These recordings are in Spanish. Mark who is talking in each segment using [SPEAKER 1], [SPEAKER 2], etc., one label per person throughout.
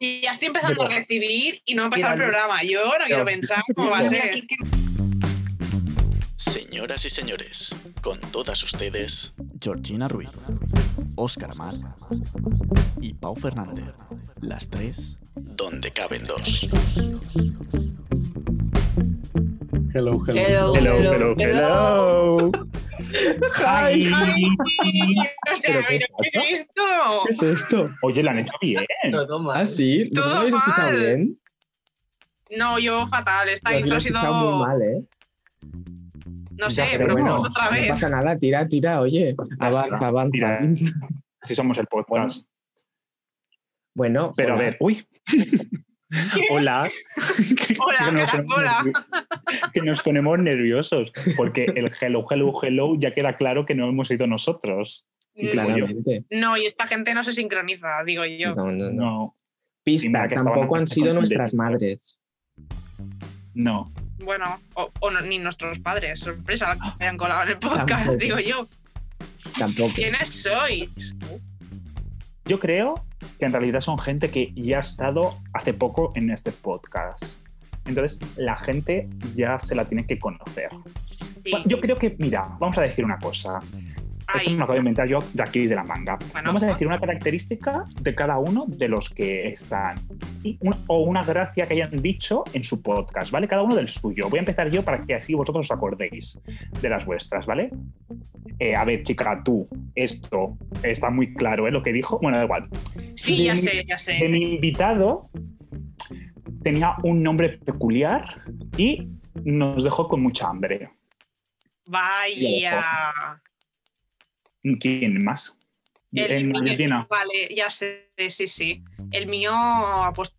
[SPEAKER 1] Y ya estoy empezando a
[SPEAKER 2] Pero-
[SPEAKER 1] recibir y no ha
[SPEAKER 2] Es que
[SPEAKER 1] empezado el
[SPEAKER 2] la luz-
[SPEAKER 1] programa. Yo no quiero
[SPEAKER 2] Claro.
[SPEAKER 1] pensar cómo va a ser.
[SPEAKER 3] Señoras y señores, con todas ustedes,
[SPEAKER 4] Georgina Ruiz, Óscar Mar y Pau Fernández. Las tres.
[SPEAKER 3] donde caben dos.
[SPEAKER 5] Hello, hello.
[SPEAKER 2] Hello,
[SPEAKER 6] Hello, hello, hello.
[SPEAKER 2] Hi.
[SPEAKER 1] Ay, o sea,
[SPEAKER 5] ¿Pero qué
[SPEAKER 1] mira, ¿qué
[SPEAKER 5] pasa?
[SPEAKER 1] es esto?
[SPEAKER 5] ¿Qué es esto?
[SPEAKER 6] Oye, la han hecho bien.
[SPEAKER 2] Todo mal.
[SPEAKER 5] Ah, sí. ¿Vosotros
[SPEAKER 1] Todo
[SPEAKER 5] habéis escuchado
[SPEAKER 1] mal.
[SPEAKER 5] bien?
[SPEAKER 1] No, yo fatal. Esta
[SPEAKER 2] Yo aquí
[SPEAKER 1] intro
[SPEAKER 2] lo he
[SPEAKER 1] ha sido.
[SPEAKER 2] escuchado muy mal, ¿eh?
[SPEAKER 1] No
[SPEAKER 5] Ya,
[SPEAKER 1] sé,
[SPEAKER 5] pero
[SPEAKER 1] pero
[SPEAKER 5] bueno,
[SPEAKER 1] otra
[SPEAKER 5] No
[SPEAKER 1] vez.
[SPEAKER 5] pasa nada, tira, tira, oye. Avanza, avanza.
[SPEAKER 6] Tira. Así somos el podcast.
[SPEAKER 5] Bueno,
[SPEAKER 6] Pero
[SPEAKER 5] hola.
[SPEAKER 6] a ver, uy. Hola.
[SPEAKER 1] Hola, caracola.
[SPEAKER 6] que nos ponemos nerviosos porque el hello, hello, hello ya queda claro que no hemos sido nosotros.
[SPEAKER 1] Mm,
[SPEAKER 5] Claramente.
[SPEAKER 1] No, y esta gente no se sincroniza, digo yo.
[SPEAKER 5] No, no, no.
[SPEAKER 6] No, Y
[SPEAKER 5] Pista,
[SPEAKER 6] nada, que estaban
[SPEAKER 5] tampoco han
[SPEAKER 6] bastante
[SPEAKER 5] sido nuestras
[SPEAKER 6] contentos.
[SPEAKER 5] madres.
[SPEAKER 6] no.
[SPEAKER 1] Bueno, o, o no- ni nuestros padres. Sorpresa, la que se han colado en el podcast,
[SPEAKER 5] Tampoco.
[SPEAKER 1] digo yo.
[SPEAKER 5] Tampoco.
[SPEAKER 1] ¿Quiénes sois?
[SPEAKER 6] Yo creo que en realidad son gente que ya ha estado hace poco en este podcast. Entonces, la gente ya se la tiene que conocer.
[SPEAKER 1] Sí,
[SPEAKER 6] Bueno, Yo creo que, mira, vamos a decir una cosa. Esto
[SPEAKER 1] ay,
[SPEAKER 6] me lo acabo de inventar yo de aquí de la manga.
[SPEAKER 1] Bueno.
[SPEAKER 6] Vamos a decir una característica de cada uno de los que están y un- o una gracia que hayan dicho en su podcast, ¿vale? Cada uno del suyo. Voy a empezar yo para que así vosotros os acordéis de las vuestras, ¿vale? Eh, a ver, chica, tú, esto está muy claro, ¿eh? Lo que dijo. Bueno, da igual.
[SPEAKER 1] sí, ya sé, ya sé.
[SPEAKER 6] El invitado tenía un nombre peculiar y nos dejó con mucha hambre.
[SPEAKER 1] Vaya.
[SPEAKER 6] ¿Quién más?
[SPEAKER 1] El
[SPEAKER 6] En
[SPEAKER 1] mío-
[SPEAKER 6] Argentina.
[SPEAKER 1] Vale, ya sé, sí, sí. El mío, pues,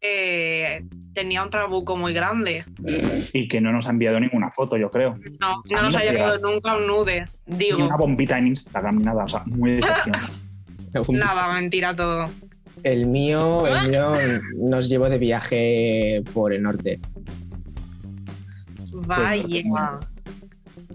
[SPEAKER 1] eh, tenía un trabuco muy grande.
[SPEAKER 6] Y que no nos ha enviado ninguna foto, yo creo.
[SPEAKER 1] No,
[SPEAKER 6] Ah,
[SPEAKER 1] no nos
[SPEAKER 6] mira,
[SPEAKER 1] ha llegado nunca un nude.
[SPEAKER 6] Ni
[SPEAKER 1] Digo,
[SPEAKER 6] una bombita en Instagram, ni nada. O sea, muy decepcionante. pues,
[SPEAKER 1] nada, mentira todo.
[SPEAKER 5] El mío,
[SPEAKER 6] ¿Ah?
[SPEAKER 5] el mío nos llevó de viaje por el norte.
[SPEAKER 6] pues,
[SPEAKER 1] Vaya.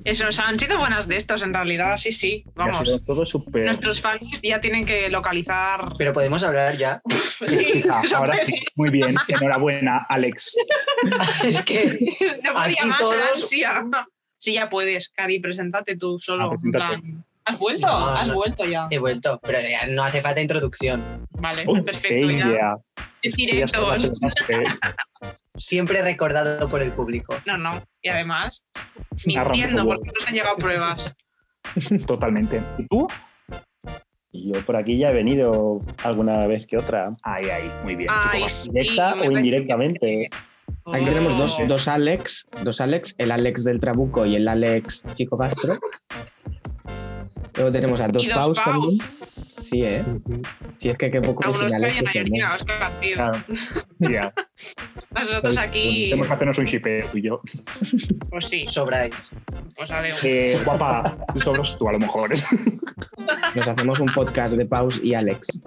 [SPEAKER 1] Eso, o sea, han sido buenas de estos en realidad, sí, sí.
[SPEAKER 6] Ha sido
[SPEAKER 1] Vamos.
[SPEAKER 6] todo súper.
[SPEAKER 1] Nuestros fans ya tienen que localizar.
[SPEAKER 2] Pero podemos hablar ya.
[SPEAKER 1] Sí,
[SPEAKER 6] Ah,
[SPEAKER 1] o sea,
[SPEAKER 6] ahora sí. Muy bien. Enhorabuena, Alex.
[SPEAKER 2] es que.
[SPEAKER 1] no podía
[SPEAKER 2] Aquí
[SPEAKER 1] más
[SPEAKER 2] todos-
[SPEAKER 1] era ansia. Sí, ya puedes, Cari, preséntate tú solo.
[SPEAKER 6] Ah,
[SPEAKER 1] en
[SPEAKER 6] preséntate.
[SPEAKER 1] plan, ¿Has vuelto?
[SPEAKER 2] No,
[SPEAKER 1] Has
[SPEAKER 2] no.
[SPEAKER 1] vuelto ya.
[SPEAKER 2] He vuelto, pero ya no hace falta introducción.
[SPEAKER 1] Vale,
[SPEAKER 6] Uy,
[SPEAKER 1] perfecto. ya.
[SPEAKER 6] ella.
[SPEAKER 1] Es
[SPEAKER 6] que ya
[SPEAKER 1] directo.
[SPEAKER 6] está, no sé,
[SPEAKER 2] Siempre recordado por el público.
[SPEAKER 1] No, no. Y además,
[SPEAKER 6] Una rampa
[SPEAKER 1] mintiendo
[SPEAKER 6] como-
[SPEAKER 1] porque no nos han llegado pruebas.
[SPEAKER 6] Totalmente. ¿Y tú?
[SPEAKER 7] Yo por aquí ya he venido alguna vez que otra,
[SPEAKER 6] Ahí, ahí. Muy bien,
[SPEAKER 1] Ay,
[SPEAKER 6] chicos.
[SPEAKER 1] sí,
[SPEAKER 7] directa
[SPEAKER 1] me
[SPEAKER 7] o
[SPEAKER 1] parece-
[SPEAKER 7] indirectamente.
[SPEAKER 5] Aquí tenemos dos,
[SPEAKER 1] Oh.
[SPEAKER 5] dos Alex, dos Alex, el Alex del Trabuco y el Alex Chico Castro. Luego tenemos a dos,
[SPEAKER 1] Y dos
[SPEAKER 5] Paus,
[SPEAKER 1] Paus.
[SPEAKER 5] también. Sí, ¿eh? Si es que qué poco
[SPEAKER 1] A unos
[SPEAKER 5] originales
[SPEAKER 1] callan
[SPEAKER 5] que
[SPEAKER 1] a
[SPEAKER 5] somos.
[SPEAKER 1] Georgina, Oscar, tío.
[SPEAKER 6] Claro. Ya.
[SPEAKER 1] Nosotros aquí,
[SPEAKER 6] Tenemos que hacernos un shipeo tú y yo.
[SPEAKER 1] pues sí,
[SPEAKER 2] Sobráis.
[SPEAKER 1] pues a ver.
[SPEAKER 6] Eh, guapa, tú sobras tú a lo mejor.
[SPEAKER 5] Nos hacemos un podcast de Paus y Alex.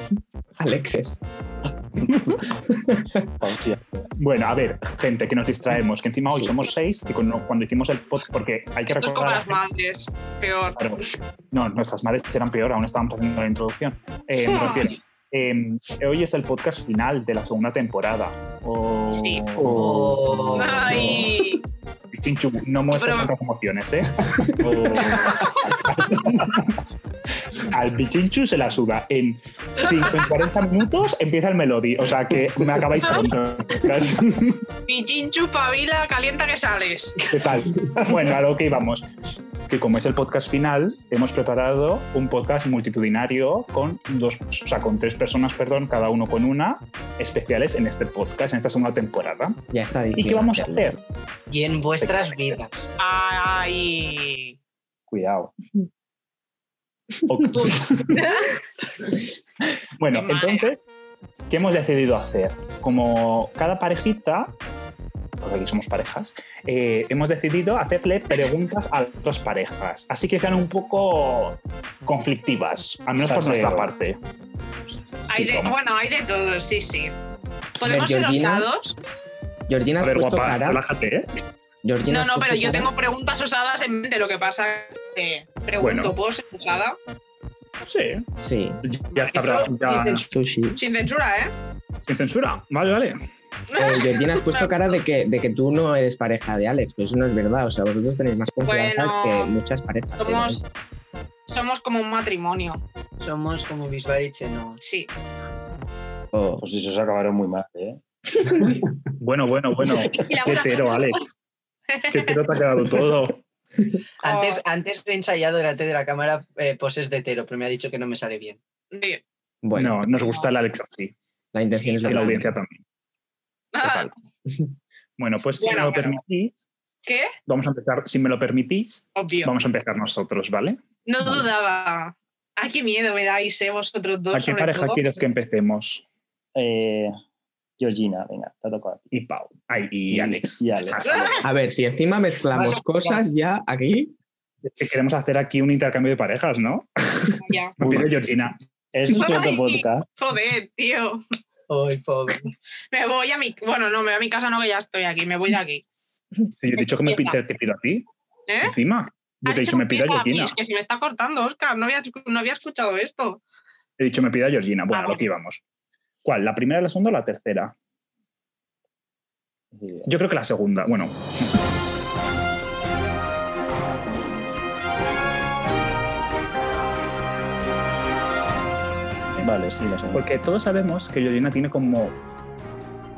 [SPEAKER 5] Alexes.
[SPEAKER 7] Hostia,
[SPEAKER 6] Bueno, a ver, gente, que nos distraemos. Que encima hoy
[SPEAKER 5] Sí.
[SPEAKER 6] somos seis y cuando, cuando hicimos el pod, porque hay que
[SPEAKER 1] Esto es como
[SPEAKER 6] recordar.
[SPEAKER 1] las madres, peor.
[SPEAKER 6] Claro. No, nuestras madres eran peor, aún estábamos haciendo la introducción. Eh, me refiero, eh, hoy es el podcast final de la segunda temporada. O-
[SPEAKER 1] Sí.
[SPEAKER 6] o-
[SPEAKER 2] Oh.
[SPEAKER 1] Ay,
[SPEAKER 6] Chinchu, no muestras
[SPEAKER 1] Pero-
[SPEAKER 6] tantas emociones, ¿eh? O- Al Pichinchu se la suda. En, cinco- en 40 minutos empieza el Melody. O sea que me acabáis pronto.
[SPEAKER 1] Pichinchu, pavila, calienta que sales.
[SPEAKER 6] ¿Qué tal? Bueno, a lo que íbamos. Que como es el podcast final, hemos preparado un podcast multitudinario con dos, o sea, con tres personas, perdón, cada uno con una, especiales en este podcast, en esta segunda temporada.
[SPEAKER 5] Ya está diciendo.
[SPEAKER 6] ¿Y qué vamos a hacer?
[SPEAKER 2] Y en vuestras vidas.
[SPEAKER 1] Ay.
[SPEAKER 6] Cuidado. Ok. bueno,
[SPEAKER 1] Qué marea.
[SPEAKER 6] entonces, ¿qué hemos decidido hacer? Como cada parejita, porque aquí somos parejas, eh, hemos decidido hacerle preguntas a otras parejas. Así que sean un poco conflictivas, al menos por
[SPEAKER 7] Salseo.
[SPEAKER 6] nuestra parte.
[SPEAKER 1] Hay
[SPEAKER 6] Sí,
[SPEAKER 1] de,
[SPEAKER 6] somos.
[SPEAKER 1] bueno, hay de todo, sí, sí. ¿Podemos ser
[SPEAKER 5] Georgina,
[SPEAKER 1] osados?
[SPEAKER 5] Georgina,
[SPEAKER 6] A
[SPEAKER 5] has
[SPEAKER 6] ver,
[SPEAKER 5] puesto
[SPEAKER 6] guapa,
[SPEAKER 5] cara.
[SPEAKER 6] relájate, ¿eh?
[SPEAKER 5] Georgina,
[SPEAKER 1] No,
[SPEAKER 5] has
[SPEAKER 1] no,
[SPEAKER 5] puesto
[SPEAKER 1] pero yo
[SPEAKER 5] cara.
[SPEAKER 1] tengo preguntas osadas en mente. Lo que pasa es que pregunto,
[SPEAKER 6] Bueno.
[SPEAKER 1] ¿puedo ser osada?
[SPEAKER 6] Sí.
[SPEAKER 5] Sí.
[SPEAKER 6] Ya está, habrá- ya-
[SPEAKER 5] Sushi.
[SPEAKER 1] Sin censura, ¿eh?
[SPEAKER 6] Sin censura. Vale, vale.
[SPEAKER 5] Eh, Georgina, has puesto cara de que, de que tú no eres pareja de Alex, pero eso no es verdad. O sea, vosotros tenéis más confianza
[SPEAKER 1] Bueno,
[SPEAKER 5] que muchas parejas. ¿eh?
[SPEAKER 1] Somos, somos como un matrimonio.
[SPEAKER 2] Somos como Bisbal y Chenoa.
[SPEAKER 1] Sí.
[SPEAKER 5] O-
[SPEAKER 7] Pues eso se acabaron muy mal, ¿eh?
[SPEAKER 6] Bueno, bueno, bueno.
[SPEAKER 1] Y la
[SPEAKER 6] Qué
[SPEAKER 1] una-
[SPEAKER 6] tero, Alex. Qué tero te ha quedado todo.
[SPEAKER 2] Antes, antes he ensayado delante de la cámara eh, poses de hetero, pero me ha dicho que no me sale bien.
[SPEAKER 1] Sí.
[SPEAKER 5] bueno,
[SPEAKER 6] no, nos gusta el Alex así.
[SPEAKER 5] la intención es
[SPEAKER 6] Y
[SPEAKER 5] lo
[SPEAKER 6] la
[SPEAKER 5] que
[SPEAKER 6] audiencia también.
[SPEAKER 1] ah,
[SPEAKER 6] Total. Bueno, pues si
[SPEAKER 1] Bueno,
[SPEAKER 6] me lo
[SPEAKER 1] bueno.
[SPEAKER 6] permitís,
[SPEAKER 1] ¿Qué?
[SPEAKER 6] vamos a empezar. Si me lo permitís,
[SPEAKER 1] Obvio.
[SPEAKER 6] vamos a empezar nosotros, ¿vale?
[SPEAKER 1] No dudaba. Ah, qué miedo me dais, eh, vosotros dos.
[SPEAKER 6] ¿A qué
[SPEAKER 1] sobre
[SPEAKER 6] pareja
[SPEAKER 1] todo.
[SPEAKER 6] quieres que empecemos?
[SPEAKER 7] Eh, Georgina, venga, te ha tocado a ti.
[SPEAKER 6] Y Pau. Ay, y
[SPEAKER 7] Y-
[SPEAKER 6] Alex.
[SPEAKER 7] y Alex.
[SPEAKER 6] Hasta luego.
[SPEAKER 5] A ver, si encima mezclamos cosas ya aquí.
[SPEAKER 6] Es que queremos hacer aquí un intercambio de parejas, ¿no?
[SPEAKER 1] Ya.
[SPEAKER 6] Me pide Georgina.
[SPEAKER 7] Es nuestro
[SPEAKER 1] Ay.
[SPEAKER 7] otro podcast.
[SPEAKER 1] Joder, tío.
[SPEAKER 2] Ay, pobre.
[SPEAKER 1] Me voy a mi. Bueno, no, me voy a mi casa, no, que ya estoy aquí. Me voy de aquí.
[SPEAKER 6] Si yo he dicho que me pide, te pido a ti.
[SPEAKER 1] ¿Eh?
[SPEAKER 6] Encima. Yo
[SPEAKER 1] Has
[SPEAKER 6] te he dicho, me pido a
[SPEAKER 1] empieza mí,
[SPEAKER 6] Georgina.
[SPEAKER 1] Es que se me está cortando, Oscar. No había, no había escuchado esto.
[SPEAKER 6] He dicho, me pido a Georgina. Bueno,
[SPEAKER 1] Ah,
[SPEAKER 6] a
[SPEAKER 1] bueno.
[SPEAKER 6] lo que íbamos. ¿Cuál? ¿La primera, la segunda o la tercera? Yo creo que la segunda. Bueno,
[SPEAKER 7] Vale, sí, la segunda.
[SPEAKER 6] Porque todos sabemos que Georgina tiene como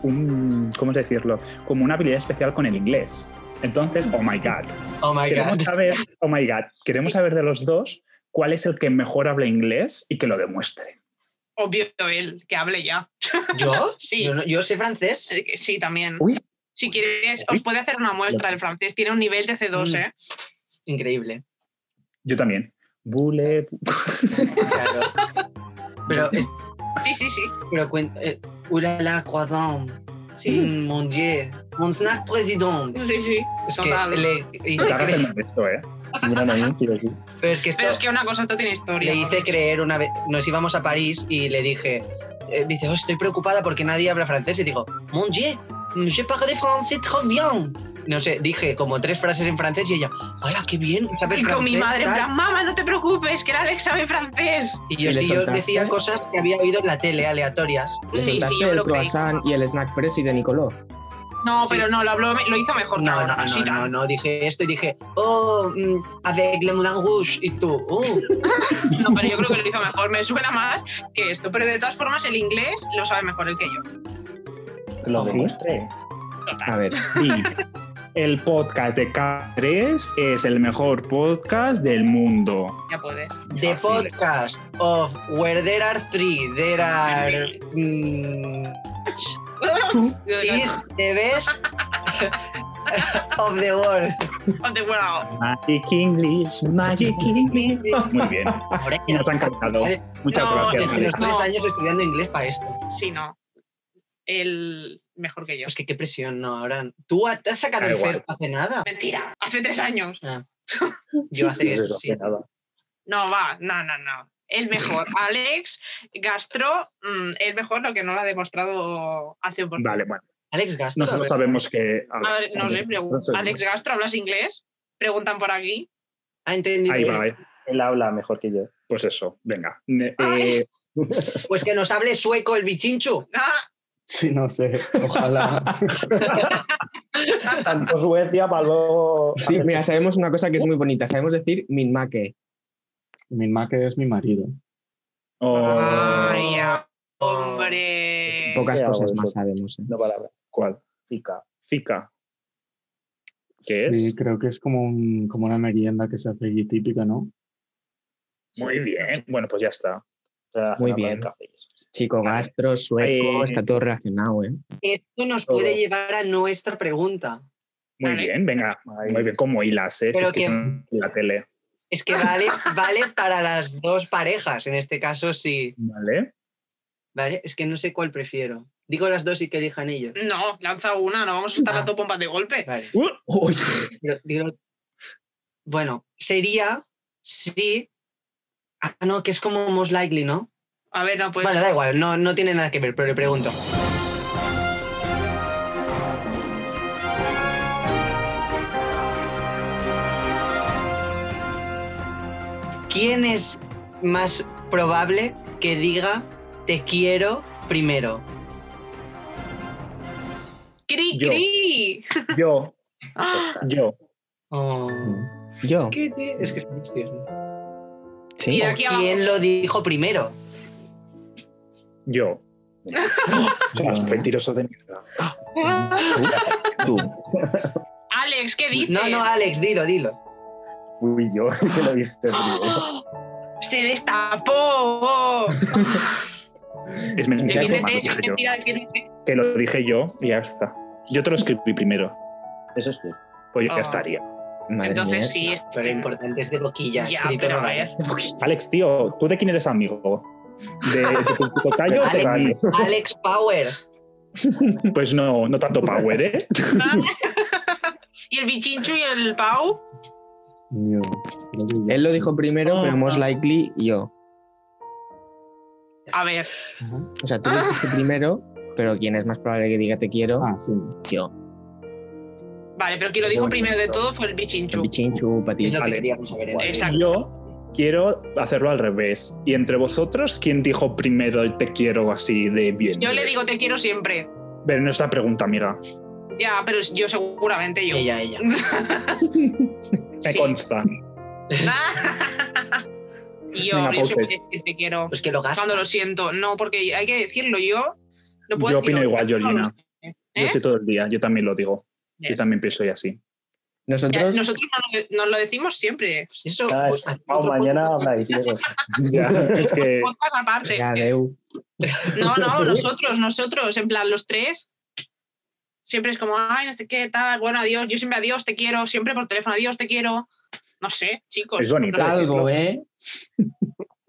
[SPEAKER 6] un, ¿cómo decirlo? Como una habilidad especial con el inglés. Entonces, oh my god,
[SPEAKER 2] Oh my
[SPEAKER 6] queremos
[SPEAKER 2] god.
[SPEAKER 6] saber, oh my god, queremos saber de los dos cuál es el que mejor habla inglés y que lo demuestre.
[SPEAKER 1] Obvio él, que hable ya.
[SPEAKER 2] ¿Yo?
[SPEAKER 1] Sí.
[SPEAKER 2] Yo, no- yo sé francés.
[SPEAKER 1] Eh, Sí, también.
[SPEAKER 6] Uy.
[SPEAKER 1] Si quieres,
[SPEAKER 6] Uy.
[SPEAKER 1] os puede hacer una muestra del francés. Tiene un nivel de C2,
[SPEAKER 2] Mm.
[SPEAKER 1] ¿eh?
[SPEAKER 2] Increíble.
[SPEAKER 6] Yo también. Bule,
[SPEAKER 2] Claro. Pero, es-
[SPEAKER 1] Sí, sí, sí.
[SPEAKER 2] pero cuenta. eh, Ulala, croissant.
[SPEAKER 1] Sí,
[SPEAKER 2] Mm, mon dieu. Mon snack président.
[SPEAKER 1] sí, sí.
[SPEAKER 2] Es que
[SPEAKER 1] Total.
[SPEAKER 2] le-
[SPEAKER 6] te hagas el
[SPEAKER 2] le-
[SPEAKER 6] mal de esto, ¿eh?
[SPEAKER 7] Gran anuncio, quiero decir.
[SPEAKER 2] pero es que esto-
[SPEAKER 1] Pero es que una cosa, esto tiene historia.
[SPEAKER 2] le hice creer una vez, nos íbamos a París y le dije, eh, dice, "Oh, estoy preocupada porque nadie habla francés. Y digo, mon dieu, je parle français très bien. No sé, dije como tres frases en francés y ella, hola, qué bien, ¿sabes
[SPEAKER 1] Y con mi
[SPEAKER 2] francés,
[SPEAKER 1] madre, en
[SPEAKER 2] tal?".
[SPEAKER 1] plan, mamá, no te preocupes, que el Alex sabe francés.
[SPEAKER 2] Y
[SPEAKER 5] ¿Y
[SPEAKER 2] yo
[SPEAKER 5] le
[SPEAKER 2] sí, yo
[SPEAKER 5] soltaste?
[SPEAKER 2] decía cosas que había oído en la tele, aleatorias.
[SPEAKER 5] Le
[SPEAKER 1] Sí,
[SPEAKER 5] soltaste
[SPEAKER 1] sí, yo
[SPEAKER 5] el
[SPEAKER 1] lo creí.
[SPEAKER 5] croissant y el snack press y de Nicoló.
[SPEAKER 1] No,
[SPEAKER 2] Sí.
[SPEAKER 1] pero no, lo, habló, lo hizo mejor. que
[SPEAKER 2] No, no,
[SPEAKER 1] ahora,
[SPEAKER 2] no,
[SPEAKER 1] sí,
[SPEAKER 2] no, no,
[SPEAKER 1] tal.
[SPEAKER 2] dije esto y dije, oh, mm, avec le moulin rouge. Y tú, oh,
[SPEAKER 1] No, pero yo creo que lo hizo mejor. Me suena más que esto. Pero de todas formas, el inglés lo sabe mejor el que yo.
[SPEAKER 7] Que Lo
[SPEAKER 5] Sí.
[SPEAKER 7] demuestre.
[SPEAKER 5] A ver,
[SPEAKER 6] Y el podcast de K3 es el mejor podcast del mundo.
[SPEAKER 1] Ya puedes.
[SPEAKER 2] the
[SPEAKER 6] Fácil.
[SPEAKER 2] podcast of where there are three, there are... mm, is the best of the world.
[SPEAKER 1] Of the world.
[SPEAKER 6] Magic English, Magic English. Muy bien,
[SPEAKER 2] Ahora que
[SPEAKER 6] nos ha encantado. Muchas
[SPEAKER 1] No,
[SPEAKER 6] gracias.
[SPEAKER 2] Los
[SPEAKER 6] Alex.
[SPEAKER 2] tres años estudiando inglés para esto.
[SPEAKER 1] Sí, no. El mejor que yo.
[SPEAKER 2] Es que qué presión, no, ahora. Tú ha- te has sacado
[SPEAKER 6] Da
[SPEAKER 2] el
[SPEAKER 6] igual.
[SPEAKER 2] FER hace nada.
[SPEAKER 1] Mentira. Hace tres años.
[SPEAKER 2] Yo
[SPEAKER 7] No
[SPEAKER 6] pues
[SPEAKER 2] hace
[SPEAKER 7] sé, eso hace
[SPEAKER 2] sí.
[SPEAKER 7] nada.
[SPEAKER 1] No, va. No, no, no. El mejor. Alex Gastro, mm, el mejor lo que no lo ha demostrado hace un por-
[SPEAKER 6] Vale, bueno,
[SPEAKER 2] Alex Gastro.
[SPEAKER 6] nosotros sabemos que.
[SPEAKER 1] A ver, no sé, pregun-
[SPEAKER 6] Nosotros-
[SPEAKER 1] Alex Gastro, ¿hablas inglés? Preguntan por aquí.
[SPEAKER 2] Ha entendido.
[SPEAKER 6] Ahí
[SPEAKER 2] bien.
[SPEAKER 6] va, eh.
[SPEAKER 7] Él habla mejor que yo.
[SPEAKER 6] pues eso, venga. Eh,
[SPEAKER 1] Ay.
[SPEAKER 2] Pues que nos hable sueco el bichincho.
[SPEAKER 1] Ah,
[SPEAKER 8] Sí, no sé. Ojalá.
[SPEAKER 7] Tanto Suecia para luego.
[SPEAKER 5] sí, mira, sabemos una cosa que es muy bonita. Sabemos decir minmake.
[SPEAKER 8] Mi que es mi marido.
[SPEAKER 6] o-
[SPEAKER 1] Ay, ya, hombre.
[SPEAKER 5] Pocas
[SPEAKER 7] sí,
[SPEAKER 5] cosas
[SPEAKER 7] hago
[SPEAKER 5] más
[SPEAKER 7] eso.
[SPEAKER 5] sabemos. ¿eh?
[SPEAKER 7] No palabra.
[SPEAKER 6] ¿Cuál?
[SPEAKER 7] Fica.
[SPEAKER 6] Fica. ¿Qué
[SPEAKER 8] sí,
[SPEAKER 6] es?
[SPEAKER 8] creo que es como, un, como una merienda que se hace aquí típica, ¿no?
[SPEAKER 6] Muy bien. Bueno, pues ya está.
[SPEAKER 7] O sea,
[SPEAKER 5] Muy
[SPEAKER 7] cenando
[SPEAKER 5] bien.
[SPEAKER 7] en café.
[SPEAKER 5] Chico, gastro, sueco,
[SPEAKER 6] Eh,
[SPEAKER 5] está todo relacionado, ¿eh?
[SPEAKER 2] Esto nos puede llevar a nuestra pregunta.
[SPEAKER 6] Muy
[SPEAKER 1] Vale.
[SPEAKER 6] bien, venga.
[SPEAKER 7] Ahí.
[SPEAKER 6] Muy bien, como hilas, ¿eh? Si
[SPEAKER 2] Pero
[SPEAKER 6] es que
[SPEAKER 2] que-
[SPEAKER 6] son la tele.
[SPEAKER 2] Es que vale, vale para las dos parejas, en este caso sí.
[SPEAKER 6] Vale.
[SPEAKER 2] ¿Vale? Es que no sé cuál prefiero. Digo las dos y que elijan ellos.
[SPEAKER 1] No, lanza una, no vamos a estar
[SPEAKER 2] Ah.
[SPEAKER 1] a dos bombas de golpe.
[SPEAKER 2] Vale.
[SPEAKER 6] Uh, uy.
[SPEAKER 2] Pero, digo, bueno, sería si. Ah, no, que es como most likely, ¿no?
[SPEAKER 1] A ver, no, pues.
[SPEAKER 2] bueno, da igual, no, no tiene nada que ver, pero le pregunto. ¿Quién es más probable que diga te quiero primero?
[SPEAKER 1] Cri,
[SPEAKER 6] Yo.
[SPEAKER 1] cri.
[SPEAKER 6] Yo,
[SPEAKER 1] Ah,
[SPEAKER 6] yo.
[SPEAKER 2] Oh,
[SPEAKER 5] Yo.
[SPEAKER 2] ¿qué te- Es que es tierno.
[SPEAKER 5] Sí.
[SPEAKER 1] Mira.
[SPEAKER 2] ¿O
[SPEAKER 1] aquí abajo.
[SPEAKER 2] ¿Quién lo dijo primero?
[SPEAKER 6] Yo. Seas mentiroso de mierda.
[SPEAKER 7] Tú,
[SPEAKER 1] Alex, ¿qué dices?
[SPEAKER 2] No, no, Alex, dilo, dilo.
[SPEAKER 7] fui yo que lo dije primero.
[SPEAKER 1] ¡Ah! Se destapó.
[SPEAKER 6] Es mentira,
[SPEAKER 5] Claro,
[SPEAKER 6] que,
[SPEAKER 1] Defiéndete,
[SPEAKER 6] lo dije yo,
[SPEAKER 1] mentira, defiéndete.
[SPEAKER 6] que lo dije yo y ya está. Yo te lo escribí primero.
[SPEAKER 7] Eso sí.
[SPEAKER 6] Pues ya
[SPEAKER 1] Ah.
[SPEAKER 6] estaría.
[SPEAKER 5] Madre
[SPEAKER 1] Entonces sí. es
[SPEAKER 2] Pero lo importante es de boquilla.
[SPEAKER 1] Ya,
[SPEAKER 2] escrito
[SPEAKER 1] pero
[SPEAKER 2] no
[SPEAKER 1] a ver.
[SPEAKER 2] vale.
[SPEAKER 6] Alex, tío, ¿tú de quién eres amigo? ¿De, de tu tocayo o de mí?
[SPEAKER 2] Alex, Alex Power.
[SPEAKER 6] Pues no, no tanto power, ¿eh?
[SPEAKER 1] ¿Y el bichinchu y el pau?
[SPEAKER 8] Yo, creo que yo.
[SPEAKER 5] Él lo dijo
[SPEAKER 7] Oh,
[SPEAKER 5] primero, pero most likely yo.
[SPEAKER 1] A ver.
[SPEAKER 5] O sea, tú
[SPEAKER 1] Ah.
[SPEAKER 5] lo dijiste primero, pero quien es más probable que diga te quiero,
[SPEAKER 8] Ah, sí.
[SPEAKER 5] yo.
[SPEAKER 1] Vale, pero quien lo dijo primero de todo fue el bichinchu.
[SPEAKER 5] Pichinchu,
[SPEAKER 2] Es
[SPEAKER 5] patín.
[SPEAKER 2] lo que
[SPEAKER 6] Vale.
[SPEAKER 2] queríamos saber. Eduardo.
[SPEAKER 1] Exacto.
[SPEAKER 6] Yo quiero hacerlo al revés. Y entre vosotros, ¿quién dijo primero el te quiero así de bien?
[SPEAKER 1] Yo le digo te quiero siempre.
[SPEAKER 6] Pero no es la pregunta, amiga.
[SPEAKER 1] Ya, pero yo seguramente yo.
[SPEAKER 2] Ella, ella.
[SPEAKER 6] Me
[SPEAKER 1] Sí.
[SPEAKER 6] consta.
[SPEAKER 1] Y yo,
[SPEAKER 6] Venga,
[SPEAKER 1] yo soy muy
[SPEAKER 6] pauses.
[SPEAKER 1] decir te quiero.
[SPEAKER 2] Pues que lo gastas.
[SPEAKER 1] Cuando lo siento. No, porque hay que decirlo yo. No puedo decirlo.
[SPEAKER 6] Yo opino igual, Georgina.
[SPEAKER 1] ¿Eh?
[SPEAKER 6] Yo sé todo el día, yo también lo digo. Yo
[SPEAKER 1] Yes.
[SPEAKER 6] también pienso y así.
[SPEAKER 1] Ya,
[SPEAKER 5] Nosotros,
[SPEAKER 1] Nosotros no lo- nos lo decimos siempre.
[SPEAKER 2] Pues eso,
[SPEAKER 7] Ah,
[SPEAKER 2] pues, haz
[SPEAKER 7] Pau,
[SPEAKER 2] otro
[SPEAKER 7] mañana
[SPEAKER 2] podcast.
[SPEAKER 7] habláis de
[SPEAKER 6] Pues
[SPEAKER 7] eso.
[SPEAKER 6] Ya, es que
[SPEAKER 1] Podcast aparte.
[SPEAKER 5] ya, Deu.
[SPEAKER 1] No, no, nosotros, nosotros, en plan, los tres. Siempre es como, ay, no sé qué, tal, bueno, adiós, yo siempre adiós, te quiero, siempre por teléfono, adiós, te quiero. No sé, chicos.
[SPEAKER 6] Es bonito.
[SPEAKER 1] No, sé.
[SPEAKER 5] Algo, ¿eh?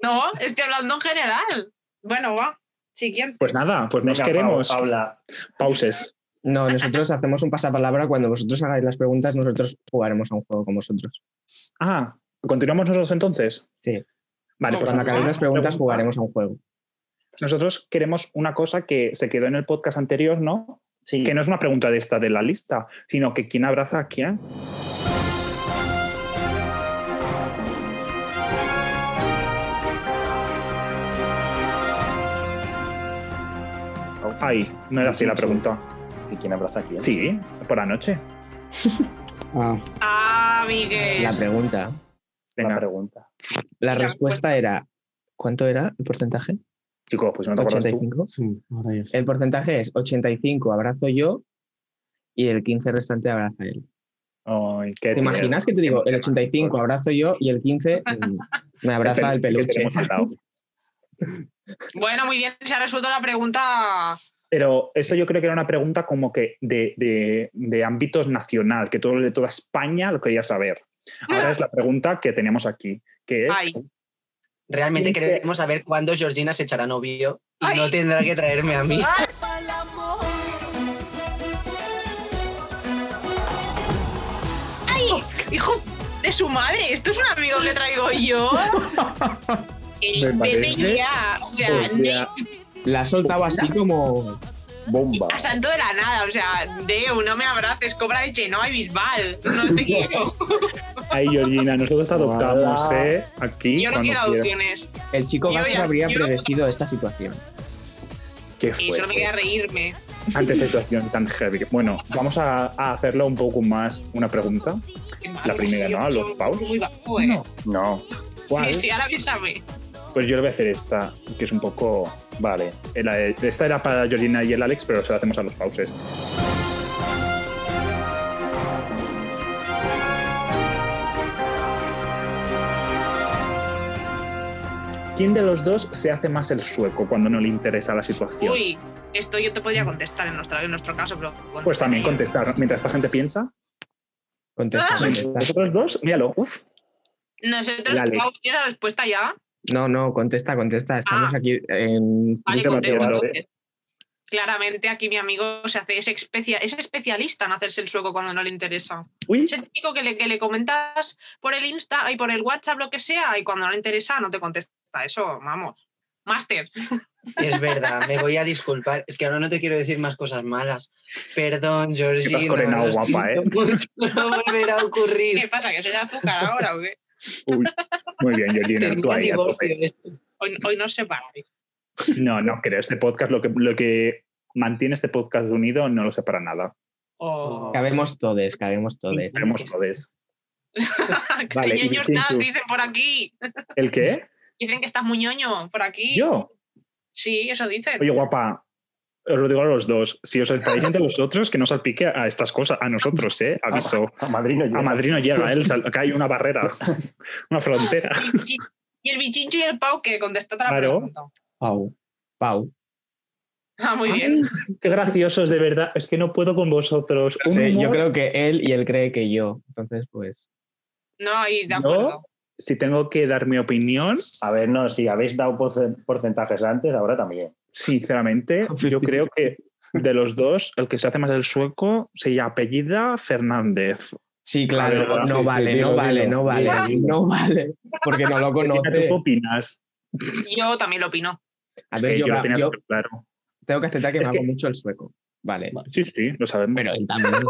[SPEAKER 1] No, estoy hablando en general. Bueno, va. Siguiente.
[SPEAKER 6] Pues nada, pues nos
[SPEAKER 7] Venga,
[SPEAKER 6] queremos.
[SPEAKER 7] Pau, habla.
[SPEAKER 6] Pauses.
[SPEAKER 5] No, nosotros hacemos un pasapalabra. Cuando vosotros hagáis las preguntas, nosotros jugaremos a un juego con vosotros.
[SPEAKER 6] Ah, ¿continuamos nosotros entonces?
[SPEAKER 5] Sí.
[SPEAKER 6] Vale, pues
[SPEAKER 5] Cuando
[SPEAKER 1] Vamos,
[SPEAKER 5] acabéis las preguntas,
[SPEAKER 6] pregunta.
[SPEAKER 5] jugaremos a un juego.
[SPEAKER 6] Nosotros queremos una cosa que se quedó en el podcast anterior, ¿no?
[SPEAKER 7] Sí.
[SPEAKER 6] Que no es una pregunta de esta de la lista, sino que quién abraza a quién. Ay, no era así la pregunta.
[SPEAKER 7] ¿Que ¿Quién abraza aquí?
[SPEAKER 6] Sí, por la noche.
[SPEAKER 8] Ah,
[SPEAKER 1] Ah, Miguel.
[SPEAKER 5] La pregunta.
[SPEAKER 7] La
[SPEAKER 6] Venga,
[SPEAKER 7] pregunta.
[SPEAKER 5] La
[SPEAKER 1] La
[SPEAKER 5] respuesta era. ¿Cuánto era el porcentaje?
[SPEAKER 6] chicos, pues no te acuerdas tú.
[SPEAKER 5] 85.
[SPEAKER 8] sí, ahora ya sé.
[SPEAKER 5] El porcentaje es 85 abrazo yo y el 15 restante abraza él.
[SPEAKER 6] Ay, qué
[SPEAKER 5] ¿Te
[SPEAKER 6] tierno.
[SPEAKER 5] imaginas que te digo el 85 abrazo yo y el 15 mm, me abraza el
[SPEAKER 6] que
[SPEAKER 5] peluche?
[SPEAKER 6] tenemos al lado.
[SPEAKER 1] Bueno, muy bien, se ha resuelto la pregunta.
[SPEAKER 6] Pero eso yo creo que era una pregunta como que de, de, de ámbitos nacional, que todo de toda España lo quería saber. Ahora es la pregunta que tenemos aquí, que es
[SPEAKER 1] Ay.
[SPEAKER 2] Realmente
[SPEAKER 6] Dice-
[SPEAKER 2] queremos saber cuándo Georgina se echará novio y
[SPEAKER 1] Ay.
[SPEAKER 2] no tendrá que traerme a mí.
[SPEAKER 1] ¡Ay! ¡Hijo de su madre! Esto es un amigo que traigo yo. Eh,
[SPEAKER 6] Me
[SPEAKER 1] Vete
[SPEAKER 6] parece
[SPEAKER 1] ya. O sea,
[SPEAKER 6] pues, ya,
[SPEAKER 5] La has soltado así como.
[SPEAKER 7] Bomba.
[SPEAKER 1] A santo de la nada, o sea, Deu, no me abraces, cobra de Chenoa y Bisbal, no te quiero.
[SPEAKER 6] Ay, Georgina, nosotros te adoptamos,
[SPEAKER 7] Hola.
[SPEAKER 6] ¿eh? Aquí.
[SPEAKER 1] Yo no
[SPEAKER 6] cuando
[SPEAKER 1] quiero
[SPEAKER 6] quieras.
[SPEAKER 1] adopciones.
[SPEAKER 5] El chico
[SPEAKER 1] Yo
[SPEAKER 5] Gasas
[SPEAKER 1] ya-
[SPEAKER 5] habría
[SPEAKER 1] yo-
[SPEAKER 5] predecido esta situación.
[SPEAKER 6] Qué
[SPEAKER 1] Y solo me
[SPEAKER 6] fuerte.
[SPEAKER 1] queda reírme.
[SPEAKER 6] Ante esta situación tan heavy. Bueno, vamos a, a hacerlo un poco más una pregunta.
[SPEAKER 1] Qué
[SPEAKER 6] La
[SPEAKER 1] malo,
[SPEAKER 6] primera,
[SPEAKER 1] sí,
[SPEAKER 6] ¿no? A
[SPEAKER 1] yo
[SPEAKER 6] los
[SPEAKER 1] soy
[SPEAKER 6] paus.
[SPEAKER 1] Muy bajo, eh.
[SPEAKER 6] No.
[SPEAKER 1] Sí,
[SPEAKER 6] ¿Cuál?
[SPEAKER 1] sí, ahora piénsame.
[SPEAKER 6] Pues yo le voy a hacer esta, que es un poco. Vale. La- Esta era para Georgina y el Alex, pero se la hacemos a los pauses. ¿Quién de los dos se hace más el sueco cuando no le interesa la situación?
[SPEAKER 1] Uy, esto yo te podría contestar en nuestro, en nuestro caso, pero.
[SPEAKER 6] Pues también contestar. Mientras esta gente piensa,
[SPEAKER 5] Contesta,
[SPEAKER 1] Ah.
[SPEAKER 5] contesta.
[SPEAKER 6] nosotros dos, míralo. Uf.
[SPEAKER 1] Nosotros,
[SPEAKER 6] La Alex.
[SPEAKER 1] Pau, ¿tienes la respuesta ya?
[SPEAKER 5] No, no, contesta, contesta. Estamos
[SPEAKER 1] Ah.
[SPEAKER 5] aquí en.
[SPEAKER 1] Vale,
[SPEAKER 6] se me ¿eh?
[SPEAKER 1] contesto,
[SPEAKER 6] olvidó,
[SPEAKER 1] entonces. Claramente aquí mi amigo se hace, es, especia- es especialista en hacerse el sueco cuando no le interesa.
[SPEAKER 6] Uy.
[SPEAKER 1] Es el típico que le, que le comentas por el Insta y por el WhatsApp, lo que sea, y cuando no le interesa no te contesta. Eso, vamos. Máster.
[SPEAKER 2] Es verdad, me voy a disculpar. Es que ahora no te quiero decir más cosas malas. Perdón,
[SPEAKER 6] Estás
[SPEAKER 2] Georgina.
[SPEAKER 6] con el
[SPEAKER 2] lo
[SPEAKER 6] guapa, ¿eh?
[SPEAKER 2] siento mucho, No volverá a
[SPEAKER 1] ¿Qué
[SPEAKER 2] ocurrir.
[SPEAKER 1] pasa? ¿Que soy de azúcar ahora o qué?
[SPEAKER 6] Uy, muy bien, Georgina, tú
[SPEAKER 2] Termina
[SPEAKER 6] ahí a tope.
[SPEAKER 2] divorcio.
[SPEAKER 1] Hoy, hoy no se paráis.
[SPEAKER 6] No, no creo. Este podcast, lo que, lo que mantiene este podcast unido, no lo sé para nada.
[SPEAKER 1] Oh.
[SPEAKER 5] Cabemos todos, cabemos todos.
[SPEAKER 6] Sabemos lo de eso.
[SPEAKER 1] Qué
[SPEAKER 6] Vale,
[SPEAKER 1] ñoño
[SPEAKER 6] y
[SPEAKER 1] estás,
[SPEAKER 6] tú.
[SPEAKER 1] dicen por aquí.
[SPEAKER 6] ¿El qué?
[SPEAKER 1] Dicen que estás muy ñoño por aquí.
[SPEAKER 6] Yo.
[SPEAKER 1] Sí, eso dicen.
[SPEAKER 6] Oye, guapa, os lo digo a los dos. Si os enfadáis entre vosotros, que no salpique a estas cosas, a nosotros, ¿eh? Aviso.
[SPEAKER 7] A Madrid no llega.
[SPEAKER 6] A Madrid no llega, él sal- acá hay una barrera, una frontera.
[SPEAKER 1] Y- Y el bichincho y el pau que contestan a la
[SPEAKER 6] Claro.
[SPEAKER 1] pregunta.
[SPEAKER 5] Pau, Pau.
[SPEAKER 1] Ah, muy bien.
[SPEAKER 6] Ay, Qué graciosos, de verdad. Es que no puedo con vosotros. Un
[SPEAKER 5] Sí, yo
[SPEAKER 6] humor-
[SPEAKER 5] creo que él y él cree que yo. Entonces, pues.
[SPEAKER 1] No, ahí de
[SPEAKER 6] ¿No?
[SPEAKER 1] acuerdo.
[SPEAKER 6] Si tengo que dar mi opinión,
[SPEAKER 7] A ver, no, si habéis dado porce- porcentajes antes, ahora también.
[SPEAKER 6] sinceramente, yo creo que de los dos, el que se hace más el sueco se apellida Fernández.
[SPEAKER 5] Sí,
[SPEAKER 6] Ah,
[SPEAKER 5] claro,
[SPEAKER 6] ¿verdad?
[SPEAKER 5] no
[SPEAKER 7] Sí, sí,
[SPEAKER 5] vale,
[SPEAKER 7] dilo,
[SPEAKER 5] no vale,
[SPEAKER 7] dilo,
[SPEAKER 5] no vale,
[SPEAKER 7] dilo, dilo.
[SPEAKER 5] no vale. Porque no
[SPEAKER 6] Mira,
[SPEAKER 5] lo
[SPEAKER 6] ¿Tú
[SPEAKER 5] conoce.
[SPEAKER 6] qué opinas?
[SPEAKER 1] Yo también lo opino.
[SPEAKER 5] A
[SPEAKER 6] Es
[SPEAKER 5] ver,
[SPEAKER 6] que
[SPEAKER 5] yo,
[SPEAKER 6] yo lo
[SPEAKER 5] va-
[SPEAKER 6] tenía
[SPEAKER 5] yo
[SPEAKER 6] súper claro.
[SPEAKER 5] tengo que aceptar que
[SPEAKER 6] Es
[SPEAKER 5] me
[SPEAKER 6] que-
[SPEAKER 5] hago mucho el sueco. Vale.
[SPEAKER 6] Sí, sí, lo sabemos.
[SPEAKER 5] Pero él también.